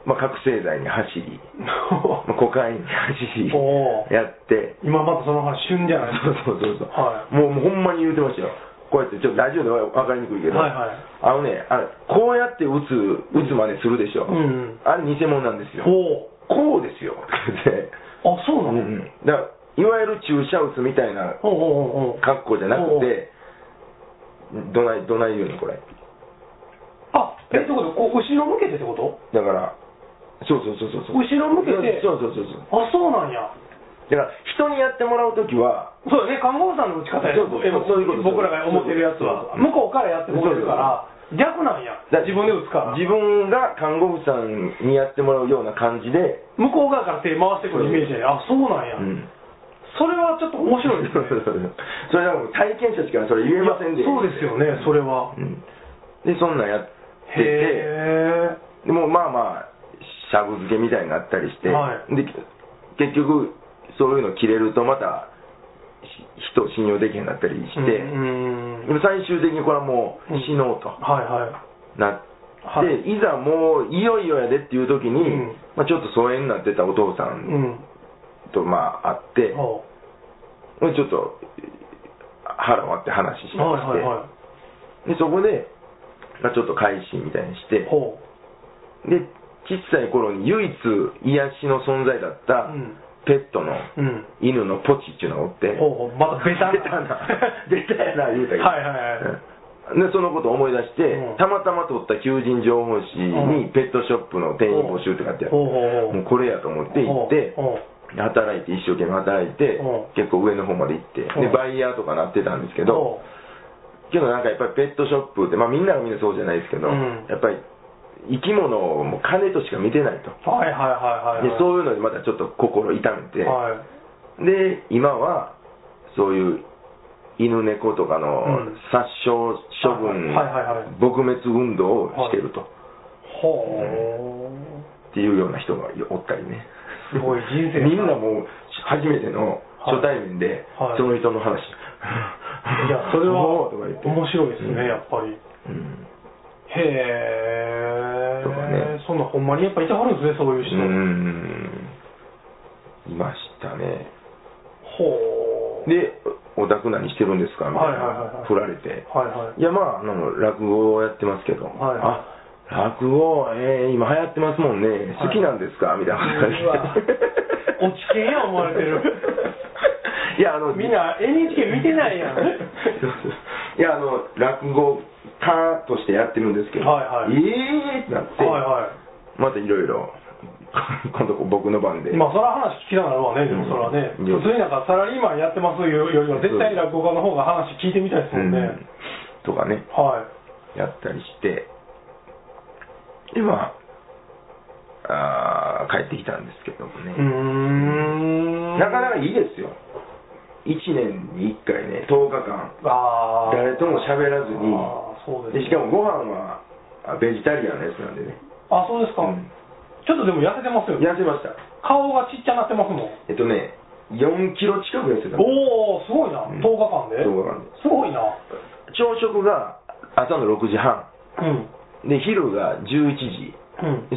Speaker 1: まあ、覚醒剤に走り、 まあ、コカインに走り
Speaker 2: お、ー
Speaker 1: やって、
Speaker 2: 今またその話旬じゃないですか
Speaker 1: そうそうそうそう、
Speaker 2: は
Speaker 1: もうもうほんまに言うてましたよこうやってちょっとラジオでは分かりにくいけど、
Speaker 2: はいはい
Speaker 1: あのねあれこうやって打つ打つまでするでしょ、
Speaker 2: うん
Speaker 1: あれ偽物なんですよ
Speaker 2: ほ
Speaker 1: こうですよって
Speaker 2: うあ そうな
Speaker 1: 言
Speaker 2: の、
Speaker 1: って、うんうんだからいわゆる注射打つみたいな
Speaker 2: ほうほうほうほう
Speaker 1: 格好じゃなくてどないどない言うのこれ
Speaker 2: あえってことこう後ろ向けてってこと
Speaker 1: だからそうそうそうそうそう
Speaker 2: 後ろ向けて
Speaker 1: そうそうそうそう
Speaker 2: あそうなんや
Speaker 1: だから人にやってもらうときは
Speaker 2: そうだね看護婦さんの打ち方や
Speaker 1: そうそうそういうこと
Speaker 2: 僕らが思ってるやつは
Speaker 1: そうそう
Speaker 2: 向こうからやってもらえるから逆なんや
Speaker 1: だ
Speaker 2: 自分で打つから
Speaker 1: 自分が看護婦さんにやってもらうような感じで
Speaker 2: 向こう側から手回してくるイメージやねあそうなんや、
Speaker 1: うん
Speaker 2: それはちょっと面白いですね
Speaker 1: それはもう体験者しかそれ言えませんで
Speaker 2: いやそうですよねそれは
Speaker 1: うんでそんなんやってて
Speaker 2: へえ
Speaker 1: でもうまあまあしゃぶ漬けみたいになったりして、
Speaker 2: は
Speaker 1: で結局そういうの切れるとまたし人を信用できへんなったりして、
Speaker 2: うん
Speaker 1: でも最終的にこれはもう
Speaker 2: うん
Speaker 1: 死のうと
Speaker 2: はいはい
Speaker 1: なって、
Speaker 2: はい
Speaker 1: い、ざもういよいよやでっていう時に、
Speaker 2: うん
Speaker 1: まあ、ちょっと疎遠になってたお父さん
Speaker 2: うん
Speaker 1: とまあ会って、
Speaker 2: は
Speaker 1: ほんでちょっと腹割って話し
Speaker 2: い
Speaker 1: ま
Speaker 2: は
Speaker 1: して、
Speaker 2: いは
Speaker 1: でそこで、まあ、ちょっと改心みたいにして
Speaker 2: いほ
Speaker 1: で小さい頃に唯一癒しの存在だった
Speaker 2: うん
Speaker 1: ペットの
Speaker 2: ううん
Speaker 1: 犬のポチっていうのがおって、
Speaker 2: ほうほうまた ベタな
Speaker 1: ベタ なベタやな言うたけど
Speaker 2: はいはいはい
Speaker 1: うんでそのことを思い出して、
Speaker 2: うん
Speaker 1: たまたま撮った求人情報誌
Speaker 2: う
Speaker 1: に
Speaker 2: ん
Speaker 1: ペットショップの店員募集って書いてあって、
Speaker 2: ほうほうほう
Speaker 1: もうこれやと思って行って、
Speaker 2: ほうほ
Speaker 1: 働いて一生懸命働いて、
Speaker 2: うん
Speaker 1: 結構上の方まで行って、
Speaker 2: う
Speaker 1: で
Speaker 2: ん
Speaker 1: バイヤーとかなってたんですけど、
Speaker 2: ほ
Speaker 1: けどなんかやっぱりペットショップって、まあ、みんながみんなそうじゃないですけど、
Speaker 2: うん
Speaker 1: やっぱり生き物をもう金としか見てないと、
Speaker 2: うはいはいはいはい
Speaker 1: でそうういうのでまたちょっと心痛めて、
Speaker 2: はい
Speaker 1: で今はそういう犬猫とかの
Speaker 2: うん
Speaker 1: 殺傷処分、
Speaker 2: はいはいはいはい
Speaker 1: 撲滅運動をしてると、
Speaker 2: ほう
Speaker 1: っていうような人がおったりね
Speaker 2: すごい人生やな
Speaker 1: みんなもう初めての初対面で、
Speaker 2: はい
Speaker 1: その人の
Speaker 2: い
Speaker 1: 話
Speaker 2: や、それは
Speaker 1: おーとか言って
Speaker 2: 面白いですね、やっぱり。
Speaker 1: うん
Speaker 2: へ
Speaker 1: とかね
Speaker 2: え、そんなほんまにやっぱいてはるんですね、そういう人。
Speaker 1: うんいましたね
Speaker 2: ほう。
Speaker 1: で「お宅何してるんですか?」みたい
Speaker 2: はいはいはいは
Speaker 1: ない振られて
Speaker 2: はいはい
Speaker 1: い。やまああの落語をやってますけど、
Speaker 2: はい
Speaker 1: あ落語、えー今流行ってますもんね
Speaker 2: はい
Speaker 1: 好きなんですか、みたいな
Speaker 2: うわ
Speaker 1: 感じで
Speaker 2: 落ち見や思われてる
Speaker 1: いやあの
Speaker 2: みんな NHK 見てない やん。
Speaker 1: そうそういやあの落語家としてやってるんですけど、
Speaker 2: はいはい
Speaker 1: ええー、ってなって、
Speaker 2: はいは
Speaker 1: またいろいろ今度僕の番で、
Speaker 2: い。まあ、それは話聞きたくなるわね、でも
Speaker 1: うん
Speaker 2: それはね。
Speaker 1: いや
Speaker 2: 普通になんかサラリーマンやってますよりは、絶対落語家の方が話聞いてみたいです
Speaker 1: う
Speaker 2: もん
Speaker 1: ん
Speaker 2: ね。
Speaker 1: とかね
Speaker 2: はい。
Speaker 1: やったりして今あー帰ってきたんですけども
Speaker 2: うー
Speaker 1: ね、
Speaker 2: ん。
Speaker 1: なかなかいいですよ1年に1回ね10日間
Speaker 2: あー
Speaker 1: 誰とも喋らずに
Speaker 2: あーそうですね
Speaker 1: でしかもご飯はあベジタリアンのやつなんでね、
Speaker 2: あ、そうですか。
Speaker 1: うん
Speaker 2: ちょっとでも痩せてますよね。
Speaker 1: 痩せました
Speaker 2: 顔がちっちゃなってますもん。
Speaker 1: えっとね4キロ近く痩せた
Speaker 2: おー、すごいな。
Speaker 1: う
Speaker 2: 10日
Speaker 1: ん
Speaker 2: 間で。
Speaker 1: 10日間です
Speaker 2: ごいな。
Speaker 1: 朝食が朝の6時半
Speaker 2: うん。
Speaker 1: で昼が11時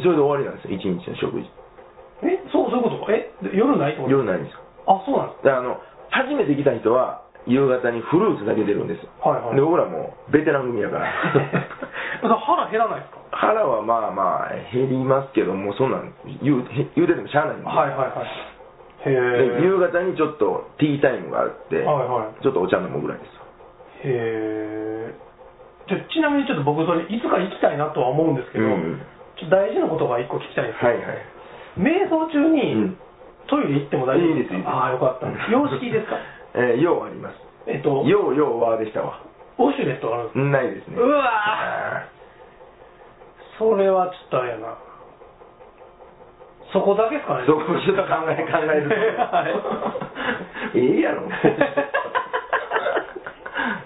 Speaker 2: うん。
Speaker 1: それで終わりなんですよ1日の食事
Speaker 2: え、そう、そういうことか。え、で夜ないってこと
Speaker 1: 夜ないんですよ
Speaker 2: あ、そうなんで
Speaker 1: だからあの初めて来た人は夕方にフルーツだけ出るんですよ
Speaker 2: すか。はいはい。
Speaker 1: で僕らもうベテラン組やから
Speaker 2: だから腹減らないですか
Speaker 1: 腹はまあまあ減りますけどもうそんなん言うへ言うててもしゃあないんで,で、
Speaker 2: はいはいはい。へえ。
Speaker 1: 夕方にちょっとティータイムがあって、
Speaker 2: はいはい
Speaker 1: ちょっとお茶飲むぐらいですよ
Speaker 2: へえ。じゃちなみにちょっと僕それいつか行きたいなとは思うんですけど、
Speaker 1: うん
Speaker 2: ちょっと大事なことが一個聞きたいんです
Speaker 1: はいはい
Speaker 2: 瞑想中に、
Speaker 1: うん
Speaker 2: トイレ行っても大丈夫
Speaker 1: いいですいいです
Speaker 2: ああよかった 洋式ですか
Speaker 1: えー、ようあります
Speaker 2: えっと
Speaker 1: ようようはでしたわ
Speaker 2: ウォシュレットがあるんです
Speaker 1: ないですね
Speaker 2: うわそれはちょっとあれやなそこだけですかね
Speaker 1: そこちょっと考え考える
Speaker 2: はい
Speaker 1: とええやろ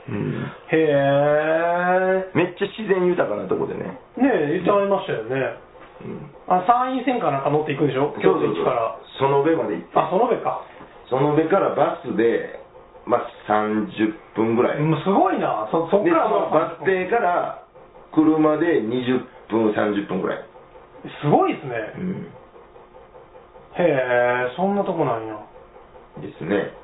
Speaker 1: うん
Speaker 2: へえ
Speaker 1: めっちゃ自然豊かなとこでね、
Speaker 2: ねえ言ってありましたよね
Speaker 1: うん、
Speaker 2: あ山陰線かなんか乗っていくんでしょ京都駅から
Speaker 1: その上まで行って
Speaker 2: あそのべか
Speaker 1: その上からバスで、まあ、30分ぐらい、
Speaker 2: もうすごいなそそっ
Speaker 1: で
Speaker 2: から
Speaker 1: そのバス停から車で20分30分ぐらい、
Speaker 2: すごいですね
Speaker 1: うん、
Speaker 2: へえそんなとこなんや
Speaker 1: ですね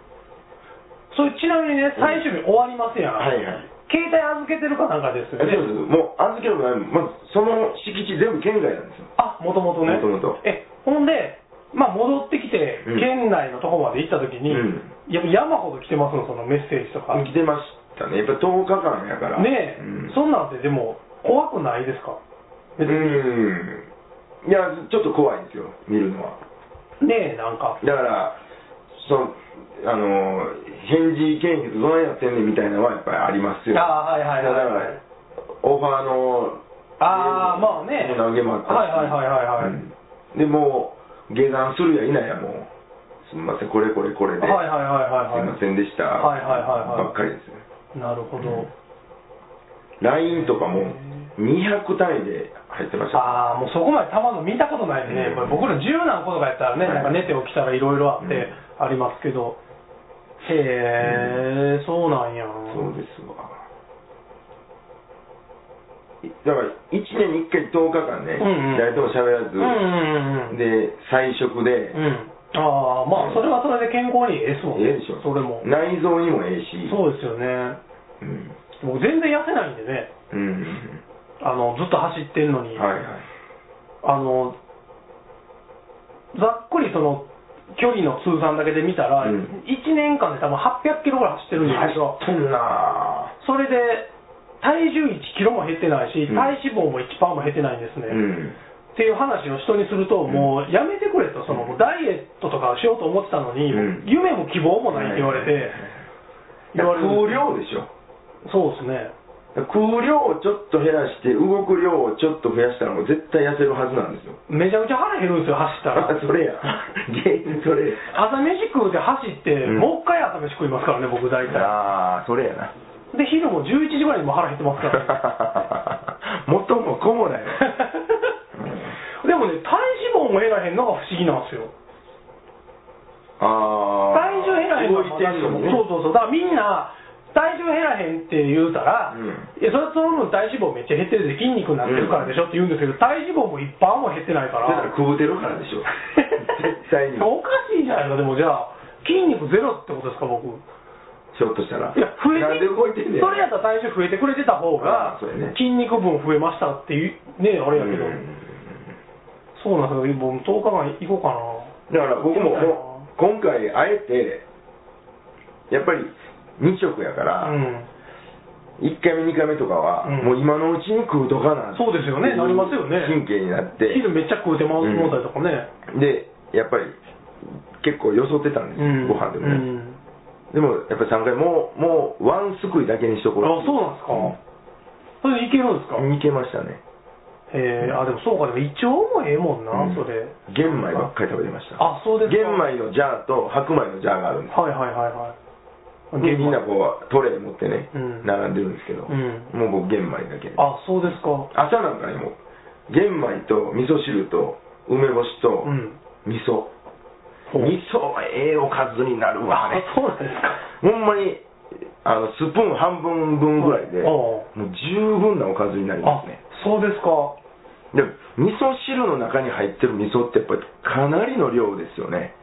Speaker 2: それちなみにね最終日終わりますやん、
Speaker 1: はいはい
Speaker 2: 携帯預けてるかなんかです
Speaker 1: え
Speaker 2: よ
Speaker 1: そ
Speaker 2: ね
Speaker 1: うですもう預けるもないまずその敷地全部県外なんですよ
Speaker 2: あもともとね
Speaker 1: 元々
Speaker 2: えほんでまあ戻ってきて、
Speaker 1: うん
Speaker 2: 県内のとこまで行った時に、
Speaker 1: うん
Speaker 2: やっぱ山ほど来てますのそのメッセージとか
Speaker 1: 来てましたねやっぱ10日間やから
Speaker 2: ねえ、
Speaker 1: うん
Speaker 2: そんなんってでも怖くないですか
Speaker 1: う
Speaker 2: 別に
Speaker 1: んいやちょっと怖いんですよ見るのは
Speaker 2: ねえなんか
Speaker 1: だからそのあの返事献血どないなってんねんみたいなのはやっぱりありますよ
Speaker 2: あーはいはいはい
Speaker 1: だからオファーの
Speaker 2: ああまあね
Speaker 1: 投げもあったし
Speaker 2: はいはいはいはいはい、
Speaker 1: うんでもう下山するやいなやもうすみませんこれこれこれで、
Speaker 2: はいはいはいはい
Speaker 1: すみ
Speaker 2: は
Speaker 1: ませんでした、
Speaker 2: はいはいはいはい
Speaker 1: ばっかりですね
Speaker 2: いなるほど、
Speaker 1: LINE とかも200単位で入ってました
Speaker 2: ああ、もうそこまでたまの見たことないんでね、
Speaker 1: うん
Speaker 2: これ僕ら十何個とかやったらね、
Speaker 1: はい
Speaker 2: なんか寝て起きたらいろいろあって、
Speaker 1: うん
Speaker 2: ありますけど、へえ、そうなんや。
Speaker 1: そうですわいだから1年に1回10日間ね、
Speaker 2: うんうん
Speaker 1: 誰とも喋らず、
Speaker 2: うんうんうんうん。
Speaker 1: で菜食で、
Speaker 2: うん。ああ、まあ、それはそれで健康にええっすもんね、
Speaker 1: ええでしょ
Speaker 2: それも。
Speaker 1: 内臓にもええし
Speaker 2: そうですよね。
Speaker 1: うん
Speaker 2: 僕全然痩せないんでね、
Speaker 1: うん
Speaker 2: あの、ずっと走ってるのに、
Speaker 1: はいはい
Speaker 2: あの、ざっくりその、距離の通算だけで見たら、
Speaker 1: うん
Speaker 2: 一1年間で多分800キロぐらい走ってるんじゃないですか。
Speaker 1: 走っとんな
Speaker 2: それで体重1キロも減ってないし、
Speaker 1: うん
Speaker 2: 体脂肪も1パーも減ってないんですね、っ
Speaker 1: うん
Speaker 2: ていう話を人にすると、
Speaker 1: ん
Speaker 2: もうやめてくれと、その
Speaker 1: うん
Speaker 2: ダイエットとかをしようと思ってたのに、
Speaker 1: うん
Speaker 2: 夢も希望もないって言われて、
Speaker 1: いや
Speaker 2: 言われるんで
Speaker 1: 空
Speaker 2: す
Speaker 1: 量でしょ
Speaker 2: そうですね、
Speaker 1: 空量をちょっと減らして動く量をちょっと増やしたらもう絶対痩せるはずなんですよ。
Speaker 2: めちゃくちゃ腹減るんですよ、走ったら
Speaker 1: それ や原因それ
Speaker 2: 朝飯食うて走って、
Speaker 1: ん
Speaker 2: もう一回朝飯食いますからね、僕、大体。
Speaker 1: ああそれやな
Speaker 2: で、昼も11時ぐらいにもう腹減ってますからね。
Speaker 1: 元も子もない
Speaker 2: でもね、体脂肪も減らへんのが不思議なんですよ。
Speaker 1: ああ
Speaker 2: 体重減らへんの
Speaker 1: 動いてんのにね
Speaker 2: そうそうそうだからみんな体重減らへんって言うたら、
Speaker 1: うん
Speaker 2: いやそれその分体脂肪めっちゃ減ってるで筋肉になってるからでしょって言うんですけど、体脂肪も一般も減ってないか
Speaker 1: だ
Speaker 2: ら。
Speaker 1: から食うてるからで しょ絶対に
Speaker 2: おかしいじゃないですか、でもじゃあ、筋肉ゼロってことですか、僕。
Speaker 1: ひょっとしたら
Speaker 2: いや、増え
Speaker 1: なん
Speaker 2: て
Speaker 1: で動いてんねん
Speaker 2: それやったら体重増えてくれてた方
Speaker 1: あ
Speaker 2: が
Speaker 1: あそうやね、
Speaker 2: 筋肉分増えましたっていう、ね、あれやけど、そうなんですよ、もう10日間行こうかな。
Speaker 1: だから僕ももう今回あえてやっぱり2食やから、
Speaker 2: うん、
Speaker 1: 1回目2回目とかは、
Speaker 2: うん
Speaker 1: もう今のうちに食うとかな
Speaker 2: そうですよねなりますよね
Speaker 1: 神経になって
Speaker 2: 昼めっちゃ食うてまう問題とかね。
Speaker 1: でやっぱり結構よそってたんです
Speaker 2: う
Speaker 1: よ、
Speaker 2: ん、
Speaker 1: ご飯でもね、
Speaker 2: うん
Speaker 1: でもやっぱり3回もうもうワンすくいだけにしとこう
Speaker 2: あ、そうなんですか。それでいけるんですか、
Speaker 1: うんいけましたね
Speaker 2: えー、あ、でもそうか、でも胃腸もええもんな、
Speaker 1: うん
Speaker 2: それ。
Speaker 1: 玄米ばっかり食べてました
Speaker 2: あ、そうです
Speaker 1: 玄
Speaker 2: か。はい
Speaker 1: 米のジャーと白米のジャーがあるんです
Speaker 2: はいはいはい。
Speaker 1: でみんなこうトレイ持ってね、
Speaker 2: うん
Speaker 1: 並んでるんですけど、
Speaker 2: うん
Speaker 1: もう僕玄米だけ
Speaker 2: あ、そうですか。
Speaker 1: 朝なんかにもう玄米と味噌汁と梅干しと
Speaker 2: うん。
Speaker 1: 味噌、
Speaker 2: ほう
Speaker 1: 味噌はええおかずになる
Speaker 2: あ
Speaker 1: わあれ、
Speaker 2: そうなんですか。
Speaker 1: ほんまにあのスプーン半分分ぐらいで、
Speaker 2: あ
Speaker 1: もう十分なおかずになりま
Speaker 2: あ
Speaker 1: すね、
Speaker 2: そうですか。
Speaker 1: で味噌汁の中に入ってる味噌ってやっぱりかなりの量ですよね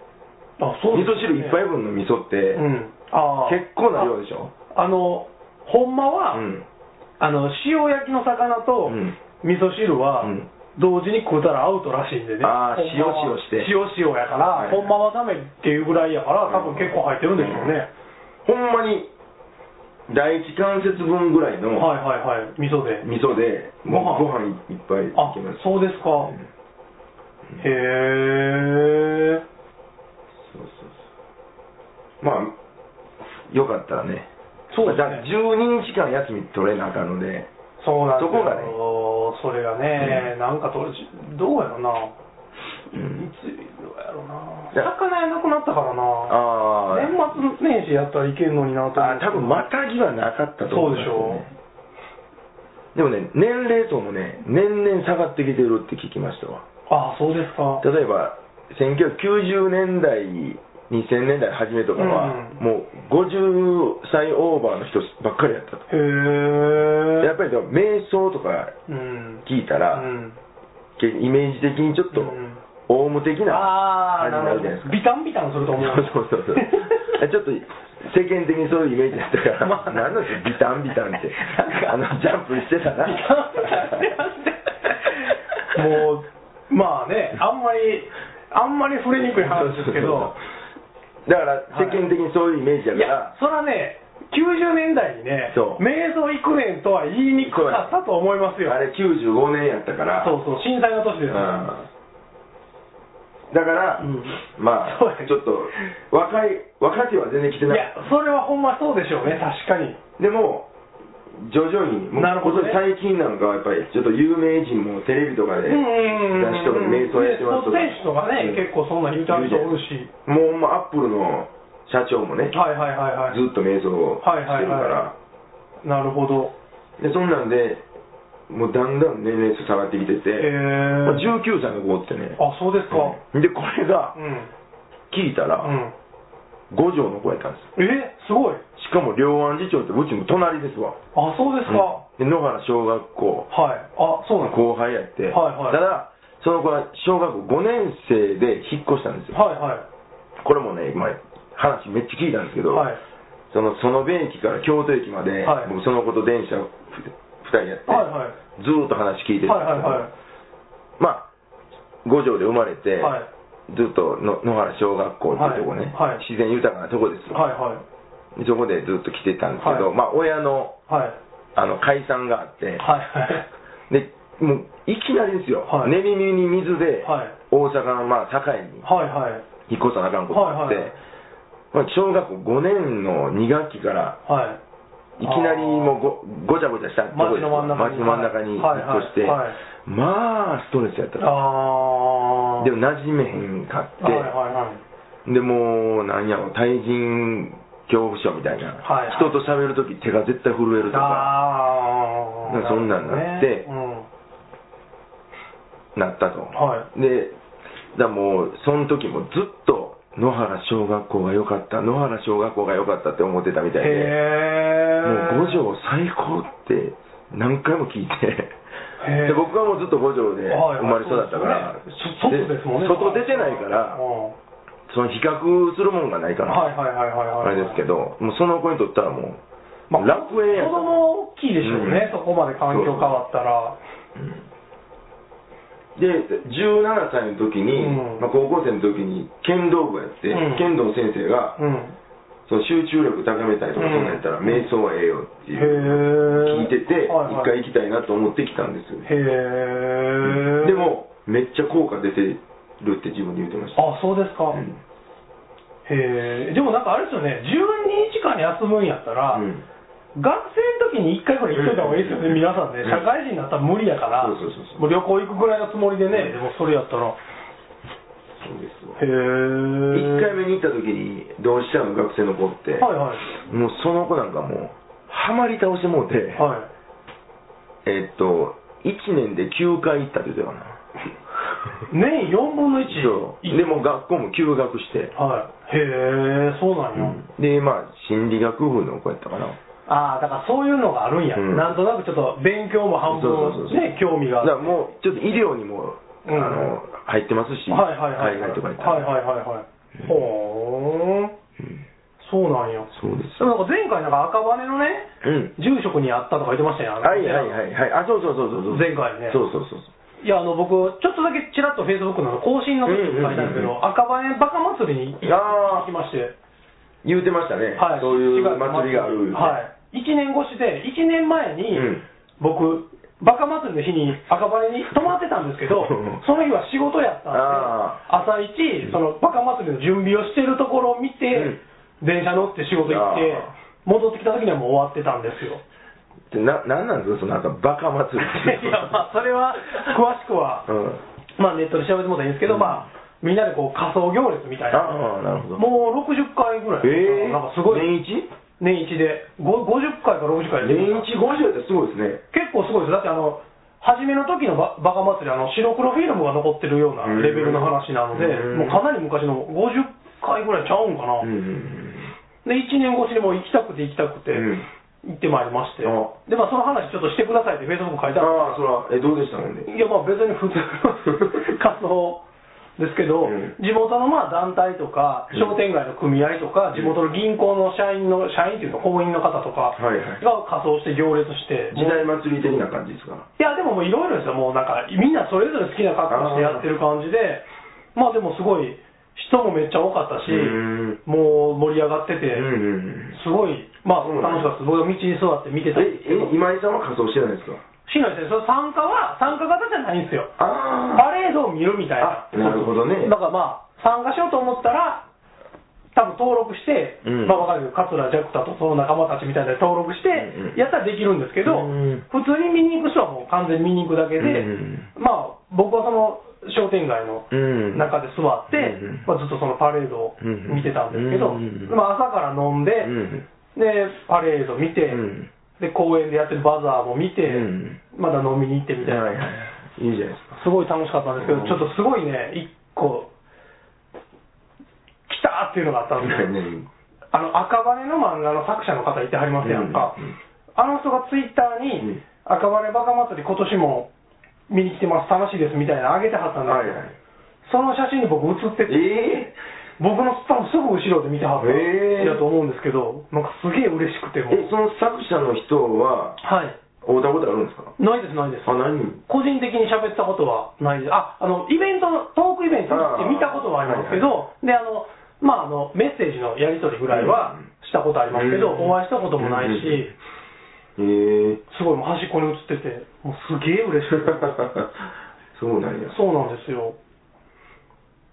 Speaker 2: あ、そう
Speaker 1: 味
Speaker 2: です
Speaker 1: 噌汁一杯
Speaker 2: 分。
Speaker 1: 分の味噌って、
Speaker 2: うん。ああ。
Speaker 1: 結構な量でしょ
Speaker 2: ああの、ほんまは、
Speaker 1: うん
Speaker 2: あの、塩焼きの魚と
Speaker 1: うん
Speaker 2: 味噌汁は、
Speaker 1: うん
Speaker 2: 同時に食うたらアウトらしいんでね。
Speaker 1: あー
Speaker 2: ほんまは
Speaker 1: 塩塩して
Speaker 2: 塩塩やか
Speaker 1: はい
Speaker 2: ら、ほんまはダメっていうぐらいやから、多分結構入ってるんでしょうね。
Speaker 1: ほんまに第一関節分ぐらいの
Speaker 2: はいはいはい。味噌で。
Speaker 1: 味噌でもうご飯いっぱいい
Speaker 2: あ
Speaker 1: けます、
Speaker 2: そうですか。
Speaker 1: ん
Speaker 2: へえ。
Speaker 1: そうそうそうまあよかったらね
Speaker 2: そうです
Speaker 1: まあだ
Speaker 2: ね。
Speaker 1: 12日間休み取れなあかんので
Speaker 2: そうなんですよ
Speaker 1: そこがね
Speaker 2: それがね、なんかとじどうやろな、
Speaker 1: うん
Speaker 2: いつどうやろない
Speaker 1: や
Speaker 2: 魚屋なくなったからな
Speaker 1: あ
Speaker 2: 年末年始やったらいけるのになと思
Speaker 1: あ
Speaker 2: って
Speaker 1: 多分またぎはなかったと思うんですよねでもね年齢層もね年々下がってきてるって聞きましたわ
Speaker 2: ああそうですか
Speaker 1: 例えば1990年代2000年代初めとかは、
Speaker 2: うん
Speaker 1: もう50歳オーバーの人ばっかりやったと
Speaker 2: へえ
Speaker 1: やっぱりでも瞑想とか
Speaker 2: うん
Speaker 1: 聞いたら、
Speaker 2: うん
Speaker 1: けイメージ的にちょっと、
Speaker 2: うん
Speaker 1: オウム的な、
Speaker 2: ああなる
Speaker 1: 感
Speaker 2: ほどビタン
Speaker 1: じになるじゃないですか
Speaker 2: ビタンすると思う
Speaker 1: そうそ うそうそう、ちょっと世間的にそういうイメージだったから、
Speaker 2: まあ
Speaker 1: なんなんですか、ビタンビタンって、
Speaker 2: な
Speaker 1: あ
Speaker 2: ん
Speaker 1: の
Speaker 2: か
Speaker 1: ジャンプしてたな、
Speaker 2: ビタンビタンしてましたもうまあねあんまりあんまり触れにくい話ですけど
Speaker 1: だから世間的にそういうイメージ
Speaker 2: い
Speaker 1: だから、
Speaker 2: や、そらね、90年代にね、
Speaker 1: そう
Speaker 2: 瞑想幾年とは言いにくかったと思いますよ、
Speaker 1: あれ95年やったから、
Speaker 2: そうそう、震災の年
Speaker 1: う
Speaker 2: です
Speaker 1: ん
Speaker 2: よ、
Speaker 1: だから、
Speaker 2: うん
Speaker 1: まあ
Speaker 2: そうやね
Speaker 1: ちょっと若い若手は全然来てないい
Speaker 2: や、それはほんまそうでしょうね、確かに、
Speaker 1: でも徐々にもう
Speaker 2: なるほどね
Speaker 1: 最近なんかはやっぱりちょっと有名人もテレビとかで、
Speaker 2: うんうんうん、
Speaker 1: 人が瞑想やってま
Speaker 2: ス
Speaker 1: す
Speaker 2: ポーツ選手とかね、
Speaker 1: うん
Speaker 2: 結構そんな言うてある人おるし、
Speaker 1: もうほんまアップルの社長もね、
Speaker 2: はいはいはいはい、
Speaker 1: ずっと瞑想をしてるから、
Speaker 2: なるほど、
Speaker 1: でそんなんでもうだんだん年齢数下がってき
Speaker 2: え
Speaker 1: てて、
Speaker 2: ー、
Speaker 1: まあ19歳の子ってね
Speaker 2: あそうですか、
Speaker 1: でこれが
Speaker 2: うん、うん、
Speaker 1: 聞いたら、五条の子やったんですよ
Speaker 2: えすごい、
Speaker 1: しかも両安寺町ってうちの隣ですわ、
Speaker 2: あそうですか、
Speaker 1: で野原小学校
Speaker 2: はい、あそうなんですか、
Speaker 1: 後輩やって、
Speaker 2: はいはい
Speaker 1: ただその子は小学校5年生で引っ越したんですよ
Speaker 2: はいはい、
Speaker 1: これもね今話めっちゃ聞いたんですけど、
Speaker 2: はい、
Speaker 1: その園部駅から京都駅まで、
Speaker 2: はい
Speaker 1: 僕その子と電車を2人やって、
Speaker 2: はいはい
Speaker 1: ずーっと話聞いてたん
Speaker 2: はいはいはい
Speaker 1: ですけどまあ五条で生まれて、
Speaker 2: はい
Speaker 1: ずっとの野原小学校っていうとこね、
Speaker 2: はいはい
Speaker 1: 自然豊かなとこですよ、
Speaker 2: はいはい。
Speaker 1: そこでずっと来てたんですけど、
Speaker 2: はい
Speaker 1: まあ親の
Speaker 2: はい。
Speaker 1: あの解散があって、
Speaker 2: はい。
Speaker 1: でもういきなりですよ、
Speaker 2: はい
Speaker 1: 寝耳に水で、
Speaker 2: はい
Speaker 1: 大阪の、まあ、堺に
Speaker 2: はいはい。
Speaker 1: 引っ越さなあかんことになって、
Speaker 2: はいはい
Speaker 1: まあ、小学校5年の2学期から
Speaker 2: はい。
Speaker 1: いきなりもうごごちゃごちゃしたとこ
Speaker 2: 街の真ん中に
Speaker 1: 街の真ん中に引っ
Speaker 2: はい
Speaker 1: 越して、
Speaker 2: はいはい
Speaker 1: まあストレスやったら
Speaker 2: あー。
Speaker 1: でも馴染めへんかって、
Speaker 2: はいはいはい。
Speaker 1: でもうなんやろ対人恐怖症みたいな、
Speaker 2: はいはい
Speaker 1: 人と喋るとき手が絶対震えるとか
Speaker 2: あ
Speaker 1: なん
Speaker 2: ー。
Speaker 1: かそんなんなって
Speaker 2: るほどね
Speaker 1: なったと、
Speaker 2: は
Speaker 1: でだからもうその時もずっと野原小学校が良かった野原小学校が良かったって思ってたみ
Speaker 2: うん。
Speaker 1: たいで
Speaker 2: へ
Speaker 1: もう五条最高って何回も聞いて
Speaker 2: へー
Speaker 1: で僕はもうずっと五条で
Speaker 2: はい
Speaker 1: 生まれ育ったから、
Speaker 2: そうですよねそ外
Speaker 1: 外
Speaker 2: ですもんね
Speaker 1: 出てないから
Speaker 2: うん
Speaker 1: その比較するもんがないから、
Speaker 2: はいはいはいはいはい
Speaker 1: あれですけどもうその子にとったらもう、
Speaker 2: まあ
Speaker 1: 楽園や
Speaker 2: 子供は大きいでしょうね、そ
Speaker 1: うん
Speaker 2: こまで環境変わったら
Speaker 1: で17歳の時に、
Speaker 2: うん
Speaker 1: まあ、高校生の時に剣道部やって、
Speaker 2: うん
Speaker 1: 剣道先生が、
Speaker 2: うん
Speaker 1: その集中力高めたいと
Speaker 2: う
Speaker 1: か、
Speaker 2: ん
Speaker 1: そんなんやったら瞑想はええよって
Speaker 2: へ
Speaker 1: いう
Speaker 2: え
Speaker 1: 聞いてて、一、
Speaker 2: はいはい、
Speaker 1: 回行きたいなと思ってきたんですよ、
Speaker 2: へえ
Speaker 1: でもめっちゃ効果出てるって自分で言ってました、
Speaker 2: あそうですか、
Speaker 1: うん
Speaker 2: へえでもなんかあれですよね12時間休むんやったら、
Speaker 1: うん
Speaker 2: 学生の時に一回ぐらい行っといた方がいいですよね、
Speaker 1: うん
Speaker 2: 皆さんね
Speaker 1: うん
Speaker 2: 社会人になったら無理やから、
Speaker 1: そうそうそうそう
Speaker 2: もう旅行行くぐらいのつもりでね、でもそれやったらへ
Speaker 1: そうですわ
Speaker 2: え
Speaker 1: 1
Speaker 2: 1
Speaker 1: 回目に行った時に同志社の学生の子っ
Speaker 2: は
Speaker 1: て、
Speaker 2: いはい
Speaker 1: もうその子なんかもうハマり倒してもうて、
Speaker 2: はい
Speaker 1: えっと1年で9回行ったって言ってたかな
Speaker 2: 年4分の1
Speaker 1: そうでも学校も休学して、
Speaker 2: はいへえそうなんや、
Speaker 1: うんでまあ心理学部の子やったかな
Speaker 2: ああだからそういうのがあるんや、
Speaker 1: うん
Speaker 2: なんとなくちょっと勉強も半分ね興味があ
Speaker 1: だから
Speaker 2: る
Speaker 1: もうちょっと医療にも、
Speaker 2: うん
Speaker 1: あの入ってますし、
Speaker 2: はいはいはい
Speaker 1: 海外とか行ったら
Speaker 2: はいはいはいはいほー
Speaker 1: うん
Speaker 2: そうなんや
Speaker 1: そうです
Speaker 2: でもなんか前回なんか赤羽のね
Speaker 1: うん
Speaker 2: 住職に会ったとか言ってましたよね
Speaker 1: はいはいはいはいあそうそうそうそうそう
Speaker 2: 前回ね
Speaker 1: そうそうそうそ
Speaker 2: い
Speaker 1: う
Speaker 2: やあの僕ちょっとだけちらっとフェイスブックの更新の時に書いたんですけど、
Speaker 1: うんうんうん
Speaker 2: 赤羽バカ祭りに行
Speaker 1: あー
Speaker 2: きまして
Speaker 1: 言うてましたね、
Speaker 2: はい、
Speaker 1: そういう
Speaker 2: 違
Speaker 1: 祭りがある、
Speaker 2: はい、1年越しで、1年前に、
Speaker 1: うん
Speaker 2: 僕、バカ祭りの日に赤羽に泊まってたんですけ ど
Speaker 1: うん、
Speaker 2: その日は仕事やったんで、朝一、そのバカ祭りの準備をしてるところを見て、電車乗って仕事行って
Speaker 1: あ、
Speaker 2: 戻ってきた時にはもう終わってたんですよ。
Speaker 1: でななんなんですかそのなんかバカ祭りっ て
Speaker 2: いや、まあ、それは詳しくは、
Speaker 1: うん
Speaker 2: まあ、ネットで調べてもらったらいいんですけど、
Speaker 1: うん
Speaker 2: まあ、みんなでこう仮想行列みたいな、
Speaker 1: ああなるほど
Speaker 2: もう60回ぐらい、
Speaker 1: ええー、
Speaker 2: なんかすごい。
Speaker 1: 年一
Speaker 2: 年一で、ご50回か60回で
Speaker 1: 年一50ってすごいですね
Speaker 2: 結構すごいです、だってあの初めの時のババカ祭り、あの白黒フィルムが残ってるような
Speaker 1: うん
Speaker 2: レベルの話なので、
Speaker 1: うん
Speaker 2: もうかなり昔の50回ぐらいちゃうんかな、
Speaker 1: うんうん
Speaker 2: で1年越しでもう行きたくて行きたくて、
Speaker 1: うん
Speaker 2: 行ってまいりまして、
Speaker 1: あ
Speaker 2: でまあ、その話ちょっとしてくださいって、フェイスブック書いてある
Speaker 1: ああそらえどうでしたもんね
Speaker 2: いや、まあ別に普通の活動ですけど、
Speaker 1: うん
Speaker 2: 地元のまあ団体とか、
Speaker 1: うん
Speaker 2: 商店街の組合とか、地元の銀行の社員の、社員というか、行員の方とかが
Speaker 1: はいは
Speaker 2: 仮
Speaker 1: い
Speaker 2: 装して行列して、
Speaker 1: 時代祭り的な感じですか
Speaker 2: いや、でももういろいろですよ、もうなんか、みんなそれぞれ好きな格好してやってる感じで、まあでもすごい、人もめっちゃ多かったし、
Speaker 1: うん
Speaker 2: もう盛り上がってて、
Speaker 1: うんうんうん
Speaker 2: すごい、まあ
Speaker 1: そうなん
Speaker 2: 楽しかったです、僕は道に座って見てたんですけ
Speaker 1: え
Speaker 2: ど
Speaker 1: え、今井さんは仮装してないんですか
Speaker 2: 市内ですね、その参加は、参加型じゃないんですよ、
Speaker 1: ああ
Speaker 2: パレードを見るみたいな
Speaker 1: あ、なるほどね
Speaker 2: だからまあ、参加しようと思ったら、多分登録して、
Speaker 1: うん
Speaker 2: まあ分かるけど、桂ジャクタとその仲間たちみたいな登録して
Speaker 1: うんうん、
Speaker 2: やったらできるんですけど、
Speaker 1: うん
Speaker 2: 普通に見に行く人はもう完全に見に行くだけで、
Speaker 1: うん
Speaker 2: まあ、僕はその商店街の
Speaker 1: うん
Speaker 2: 中で座って、
Speaker 1: うん
Speaker 2: まあ、ずっとそのパレードを見てたんですけど、
Speaker 1: うん
Speaker 2: まあ、朝から飲んで、
Speaker 1: うん
Speaker 2: でパレード見て、
Speaker 1: うん
Speaker 2: で公園でやってるバザーも見て、
Speaker 1: うん
Speaker 2: まだ飲みに行ってみたいな、
Speaker 1: はいはいいいじゃないですか
Speaker 2: すごい楽しかったんですけど、
Speaker 1: うん
Speaker 2: ちょっとすごいね、一個、来たーっていうのがあったんですよ。
Speaker 1: ね
Speaker 2: あの赤羽の漫画の作者の方いてはりますやんか、
Speaker 1: うんうん
Speaker 2: あの人がツイッター
Speaker 1: うん
Speaker 2: に、赤羽バカ祭り、今年も見に来てます、楽しいですみたいなのあげてはったん
Speaker 1: はい
Speaker 2: で
Speaker 1: はい
Speaker 2: すよ、その写真に僕、写ってて、
Speaker 1: え
Speaker 2: 僕の多分すぐ後ろで見てはった
Speaker 1: へー
Speaker 2: やと思うんですけど、なんかすげえ嬉しくて
Speaker 1: ー、
Speaker 2: もう
Speaker 1: えその作者の人は
Speaker 2: はい、
Speaker 1: 会うたことあるんですか
Speaker 2: ないです、ないです。
Speaker 1: あ何
Speaker 2: 個人的に喋ったことはないです。あ、あの、イベントの、トークイベントって見たことはありますけど、で、あの、まあ、あの、メッセージのやり取りぐらいは
Speaker 1: うん
Speaker 2: したことありますけど、
Speaker 1: う
Speaker 2: お
Speaker 1: ん
Speaker 2: 会いしたこともないし、
Speaker 1: うんえ ー、
Speaker 2: すごいもう端っこに映ってて、もうすげえ嬉しい。
Speaker 1: そうなんや
Speaker 2: そうなんですよ。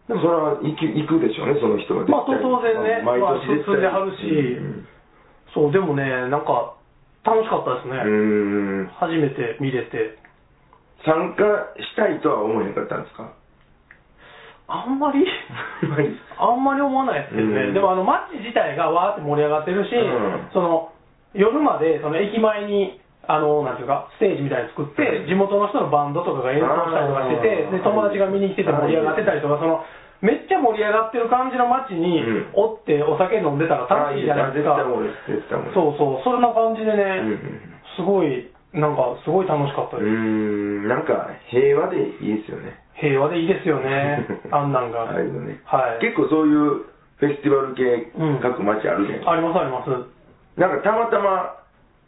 Speaker 1: でもそれは行き行くでしょうねその人は絶対
Speaker 2: まあ当然ね
Speaker 1: 毎
Speaker 2: まあ
Speaker 1: 年絶対
Speaker 2: 進んではるし
Speaker 1: うん
Speaker 2: そう、でもね、なんか、楽しかったですね。
Speaker 1: うーん
Speaker 2: 初めて見れて。
Speaker 1: 参加したいとは思えなかったんです か
Speaker 2: あんまりあんまり思わないですけどね、
Speaker 1: うん
Speaker 2: でもあの街自体がわーって盛り上がってるし、
Speaker 1: うん
Speaker 2: その夜までその駅前にあのなんていうかステージみたいに作って、
Speaker 1: うん
Speaker 2: 地元の人のバンドとかが演奏したりとかしてて
Speaker 1: あー
Speaker 2: で友達が見に来てて盛り上がってたりとかそのめっちゃ盛り上がってる感じの街に
Speaker 1: うん、
Speaker 2: おってお酒飲んでたら楽しいじゃないですか。
Speaker 1: あいいですね絶対もうです絶対もうです
Speaker 2: そうそう、そんな感じで
Speaker 1: う
Speaker 2: ね、
Speaker 1: ん
Speaker 2: すごい、なんか、すごい楽しかった
Speaker 1: う
Speaker 2: です。
Speaker 1: ん、なんか平和でいいですよね。、
Speaker 2: 平和でいいですよね あんなんが。
Speaker 1: ああいうのね
Speaker 2: はい。
Speaker 1: 結構そういうフェスティバル系
Speaker 2: うん、
Speaker 1: 各街あるじゃな
Speaker 2: あ
Speaker 1: い
Speaker 2: りますあります。
Speaker 1: なんかたまたま、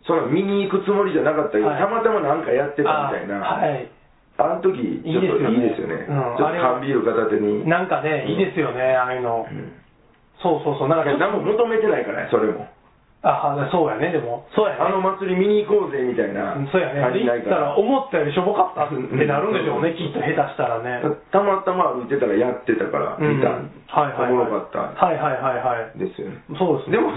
Speaker 1: その見に行くつもりじゃなかったけど、
Speaker 2: はい
Speaker 1: たまたまなんかやって
Speaker 2: あ
Speaker 1: たみたいな、あ,、
Speaker 2: はい。
Speaker 1: の時、ちょっといいですよ
Speaker 2: いいで
Speaker 1: ね。
Speaker 2: すよねうん
Speaker 1: ちょっと缶ビール片手に。
Speaker 2: なんかね、
Speaker 1: う
Speaker 2: い
Speaker 1: ん
Speaker 2: いですよね、ああいうの。
Speaker 1: うん
Speaker 2: そうそうそう、なんかちょっと
Speaker 1: 何も求めてないからね、それも。
Speaker 2: あ、あそうやね、でも。そうやね。
Speaker 1: あの祭り見に行こうぜみたいな
Speaker 2: うんそうやね。
Speaker 1: 感
Speaker 2: 行
Speaker 1: じ
Speaker 2: っ
Speaker 1: ない
Speaker 2: た
Speaker 1: からら。
Speaker 2: 思ったよりしょぼかったってなるんでしょうね、
Speaker 1: うん
Speaker 2: きっと下手したらね。
Speaker 1: たまたま歩いてたらやってたから、見た、
Speaker 2: うんはいはいはい。
Speaker 1: おもろかった
Speaker 2: はいはいはいはい。
Speaker 1: ですよね。
Speaker 2: そうですね
Speaker 1: で。も、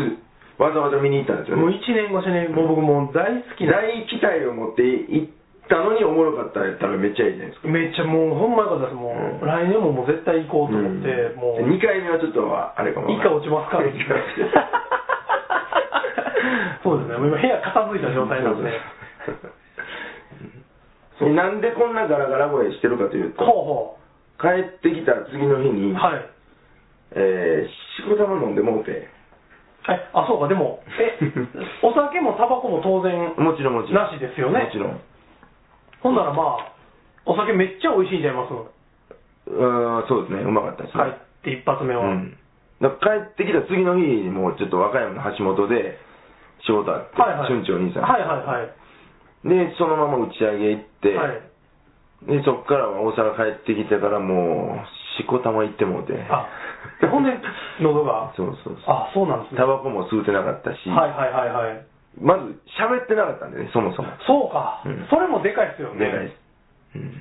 Speaker 1: わざわざ見に行ったんですよ
Speaker 2: もう1
Speaker 1: ね。
Speaker 2: 年越しね、もう僕もう大好きな、
Speaker 1: 大期待を持って行ったのにおもろかったらやったらめっちゃいいじゃないですか。
Speaker 2: めっちゃもうほんまよかったです、もう、
Speaker 1: うん
Speaker 2: 来年ももう絶対行こうと思って、もう、
Speaker 1: うん2回目はちょっとあれかも
Speaker 2: 一回落ちます から、
Speaker 1: 一回落ちて
Speaker 2: そうですね、もう今部屋片付いた状態なんで、
Speaker 1: そうそうなんでこんなガラガラ声してるかというと、
Speaker 2: ほうほ
Speaker 1: 帰ってきた次の日
Speaker 2: う、
Speaker 1: に、
Speaker 2: はい。
Speaker 1: えー、しこたま飲んでもうて、
Speaker 2: え、あ、そうか、でも、 え、お酒もタバコも当然、
Speaker 1: もちろんもちろん。
Speaker 2: なしですよね
Speaker 1: もちろん。
Speaker 2: ほんならまあ、お酒めっちゃ美味しいんちゃいます
Speaker 1: あーそうですね、うまかったですね。
Speaker 2: 入って一発目は。
Speaker 1: うん、だから帰ってきた次の日にもうちょっと和歌山の橋本で仕事あって、
Speaker 2: はいはい。
Speaker 1: 春長兄さん、
Speaker 2: はいはいはい。
Speaker 1: でそのまま打ち上げ行って、
Speaker 2: はい、
Speaker 1: でそっからは大阪帰ってきてからもうしこたま行ってもうて
Speaker 2: あ、ほん で、喉が。
Speaker 1: そうそうそう
Speaker 2: あ、そうなんですね。
Speaker 1: タバコも吸うてなかったし、
Speaker 2: はいはいはいはい。
Speaker 1: まず喋ってなかったんでねそもそも
Speaker 2: そうか、
Speaker 1: うん
Speaker 2: それもでかいですよ
Speaker 1: でかい
Speaker 2: ね。
Speaker 1: です、うん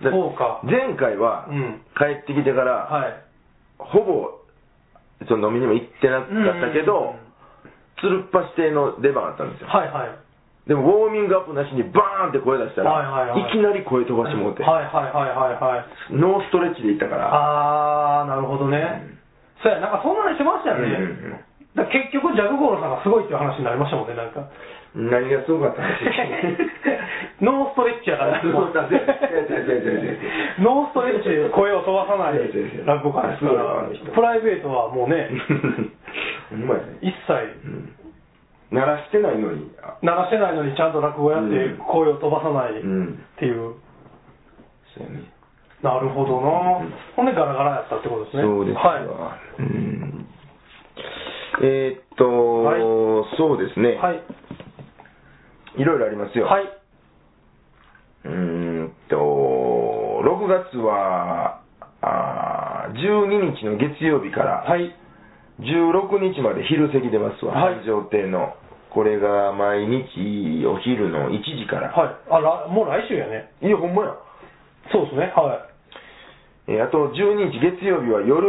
Speaker 1: だ
Speaker 2: そうか。
Speaker 1: 前回は
Speaker 2: うん。
Speaker 1: 帰ってきてから、
Speaker 2: はい。
Speaker 1: ほぼその飲みにも行ってなかったけ
Speaker 2: うんうんうん
Speaker 1: ど、つるっぱし亭の出番あったんですよ
Speaker 2: はいはい。
Speaker 1: でもウォーミングアップなしにバーンって声出したら、
Speaker 2: はいはいはい
Speaker 1: きなり声飛ばしてもうて、
Speaker 2: はいはいはいはいはい。
Speaker 1: ノーストレッチで行ったから、
Speaker 2: あー、なるほどね。そうや、なんかそんなのしてましたよね。だから結局、ジャグゴールさんがすごいっていう話になりましたもんね、なんか。
Speaker 1: うんうん何がす ごかった んです
Speaker 2: ノーストレッチやから、
Speaker 1: そうだね違う違う違う違う違う
Speaker 2: ノーストレッチで声を飛ばさない
Speaker 1: 違う違う違う
Speaker 2: 落語家ですから
Speaker 1: あそうだ、
Speaker 2: プライベートはもうね、
Speaker 1: うまいね、
Speaker 2: 一切
Speaker 1: うん鳴らしてないのに、あ
Speaker 2: 鳴らしてないのにちゃんと落語やって
Speaker 1: うん
Speaker 2: 声を飛ばさないうっ
Speaker 1: ん、
Speaker 2: ていう、
Speaker 1: そうやね
Speaker 2: なるほどな、
Speaker 1: うん
Speaker 2: ほんでガラガラやったってことですね。
Speaker 1: そうです
Speaker 2: はい、
Speaker 1: わうんえーっと、
Speaker 2: はい
Speaker 1: そうですね、
Speaker 2: はい、
Speaker 1: いろいろありますよ、
Speaker 2: はい、
Speaker 1: うーんと、6月は、あー12日の月曜日から
Speaker 2: はい、
Speaker 1: 16日まで昼席出ますわ、
Speaker 2: はい
Speaker 1: 繁盛亭の。これが毎日お昼の1時から。
Speaker 2: はい、あら、もう来週やね。
Speaker 1: い、や、ほんまや。
Speaker 2: そうですね、は
Speaker 1: えーあと12日月曜日は夜、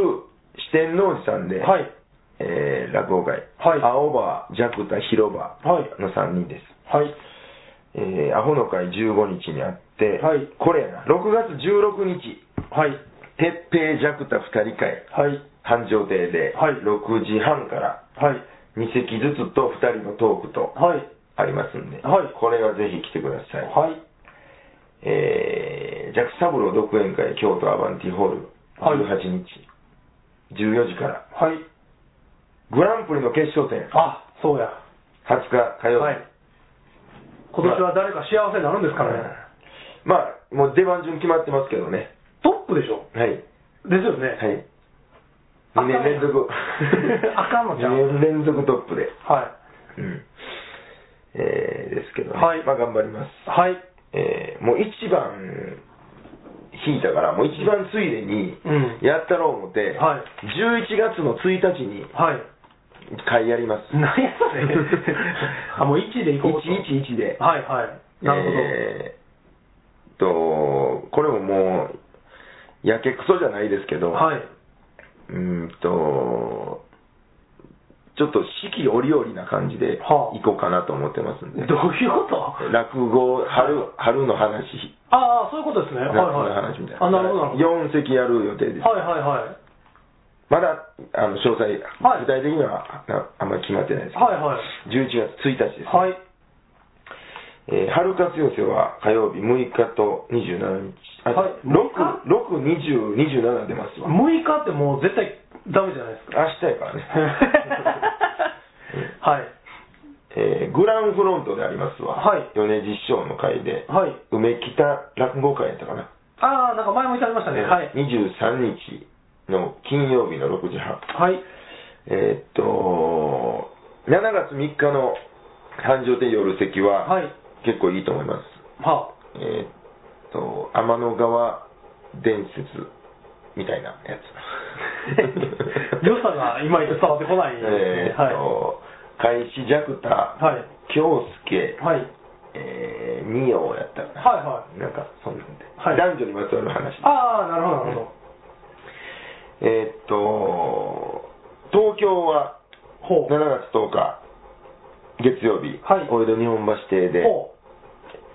Speaker 1: 四天王寺さん
Speaker 2: い、
Speaker 1: で、
Speaker 2: はい、
Speaker 1: えー落語会、
Speaker 2: はい
Speaker 1: 青葉、弱太、広
Speaker 2: は
Speaker 1: 場
Speaker 2: い、
Speaker 1: の3人です。
Speaker 2: はい、
Speaker 1: えーアホの会15日にあって、
Speaker 2: はい
Speaker 1: これやな、6月16日、
Speaker 2: はい、
Speaker 1: 鉄平弱太2人会。
Speaker 2: はい、
Speaker 1: 繁盛亭で、
Speaker 2: はい
Speaker 1: 6時半から
Speaker 2: はい、
Speaker 1: 2席ずつと2人のトークと
Speaker 2: はい、
Speaker 1: ありますんで、
Speaker 2: はい
Speaker 1: これはぜひ来てください、
Speaker 2: はい、
Speaker 1: えー、ジャック・サブロー独演会京都アバンティホール
Speaker 2: はい
Speaker 1: 18日、14時から
Speaker 2: はい、
Speaker 1: グランプリの決勝戦
Speaker 2: あ、そうや。
Speaker 1: 20日火曜日、
Speaker 2: はい。今年は誰か幸せになるんですからね。
Speaker 1: まあもう出番順決まってますけどね
Speaker 2: トップでしょ
Speaker 1: はい
Speaker 2: ですよね。
Speaker 1: はい
Speaker 2: あかん
Speaker 1: 2年連 続
Speaker 2: あかんのちゃう
Speaker 1: 2年連続トップで、
Speaker 2: は
Speaker 1: うんえー、ですけどね、
Speaker 2: はい
Speaker 1: まあ頑張ります
Speaker 2: い。はい。
Speaker 1: えーもう一番引いたから、もう一番ついでに
Speaker 2: うん。
Speaker 1: やったろう思って、
Speaker 2: はい
Speaker 1: 11月の1日に
Speaker 2: はい。
Speaker 1: 会やります。
Speaker 2: 何やそれ あ、もう1でいこうと。
Speaker 1: 111で。
Speaker 2: はいはい。なる
Speaker 1: えーっと、これももう、やけくそじゃないですけど、
Speaker 2: ほど。はい。
Speaker 1: うーんと、ちょっと四季折々な感じで
Speaker 2: はあ
Speaker 1: 行こうかなと思ってますんで、
Speaker 2: どういうこと
Speaker 1: 落語、春、春の話、
Speaker 2: ああ、そういうことですね。はい
Speaker 1: 夏
Speaker 2: はい
Speaker 1: の。話みたいな。
Speaker 2: あ、なるほどなるほど。
Speaker 1: 4席やる予定です。
Speaker 2: はいはいはい。
Speaker 1: まだあの詳細、
Speaker 2: はい
Speaker 1: 具体的にはああんまり決まってないですけど、
Speaker 2: はいはい。
Speaker 1: 11月1日です、
Speaker 2: はい。
Speaker 1: えー、春活寄せは火曜日6日と27日。あ、
Speaker 2: はい
Speaker 1: 6、6、20、27出ますわ。
Speaker 2: 6
Speaker 1: 明
Speaker 2: 日ってもう絶対ダメじゃない ですか。
Speaker 1: 日やからね。
Speaker 2: はい。
Speaker 1: えーグランフロントでありますわ。
Speaker 2: はい
Speaker 1: 米津師匠の会で、
Speaker 2: はい。
Speaker 1: 梅北落語会やったかな。
Speaker 2: ああ、なんか前も言ってありましたね。はい。
Speaker 1: 23日の金曜日の6時半。
Speaker 2: はい。
Speaker 1: えーっと、7月3日の繁盛亭夜席は、
Speaker 2: はい。
Speaker 1: 結構いいと思います。
Speaker 2: は
Speaker 1: えーっと、天の川伝説みたいなやつ。
Speaker 2: 良さがいまいち伝わってこないですね
Speaker 1: えーっと、開始弱
Speaker 2: あ。
Speaker 1: 太、
Speaker 2: はい。
Speaker 1: 京介、
Speaker 2: はい。
Speaker 1: えー、二葉やったかな。
Speaker 2: はいは
Speaker 1: なんか、そんなんで、
Speaker 2: はい
Speaker 1: 男女にまつわる話。
Speaker 2: ああ、なるほど、なるほど。
Speaker 1: えーっと、東京は
Speaker 2: ほう。
Speaker 1: 7月10日、月曜日、
Speaker 2: はい
Speaker 1: お江戸日本橋邸で、
Speaker 2: ほ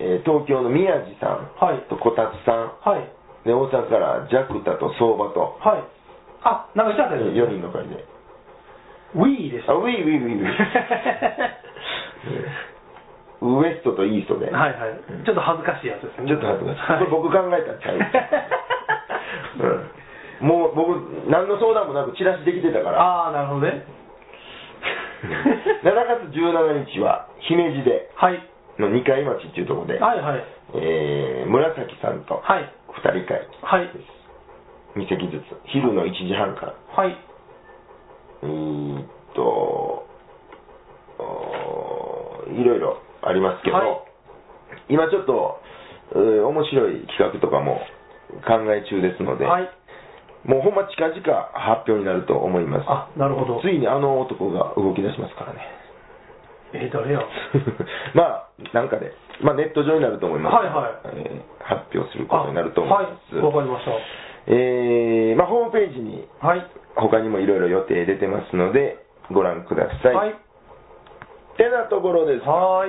Speaker 1: えー東京の宮地さん
Speaker 2: う。はい。
Speaker 1: とこたつさん、
Speaker 2: はい。
Speaker 1: で大阪からジャクタと相場と、
Speaker 2: はい。あ、なんかしちゃった
Speaker 1: 4人の会で。
Speaker 2: ウィーでし た。
Speaker 1: あ、ウィーウィーウィーウィー。ウエストとイーストで。
Speaker 2: はいはい。ちょっと恥ずかしいやつですね。
Speaker 1: ちょっと恥ずか
Speaker 2: は
Speaker 1: しい。これ僕考えたんちゃう、うん、もう僕、何の相談もなくチラシできてたから。
Speaker 2: ああ、なるほどね。
Speaker 1: 7月17日は姫路で
Speaker 2: はい。
Speaker 1: の二階町っていうところで、
Speaker 2: はいはい。
Speaker 1: えー、紫さんと
Speaker 2: はい。
Speaker 1: 二人会、
Speaker 2: はい。
Speaker 1: 二席ずつ、昼の1時半から。
Speaker 2: はい。
Speaker 1: うーんと、おーいろいろありますけど、
Speaker 2: はい
Speaker 1: 今ちょっと、うー面白い企画とかも考え中ですので、
Speaker 2: はい。
Speaker 1: もうほんま近々発表になると思います。
Speaker 2: あ、なるほど
Speaker 1: つ。いにあの男が動き出しますからね。
Speaker 2: えー、誰や
Speaker 1: まあ、なんかで、まあ、ネット上になると思います。
Speaker 2: はいはい
Speaker 1: えー発表することになると思います。
Speaker 2: はい。わかりまし
Speaker 1: えーまあ、ホームページに
Speaker 2: た。はい。
Speaker 1: 他にもいろいろ予定出てますので、ご覧ください。
Speaker 2: はい。
Speaker 1: てなところです。
Speaker 2: はーい。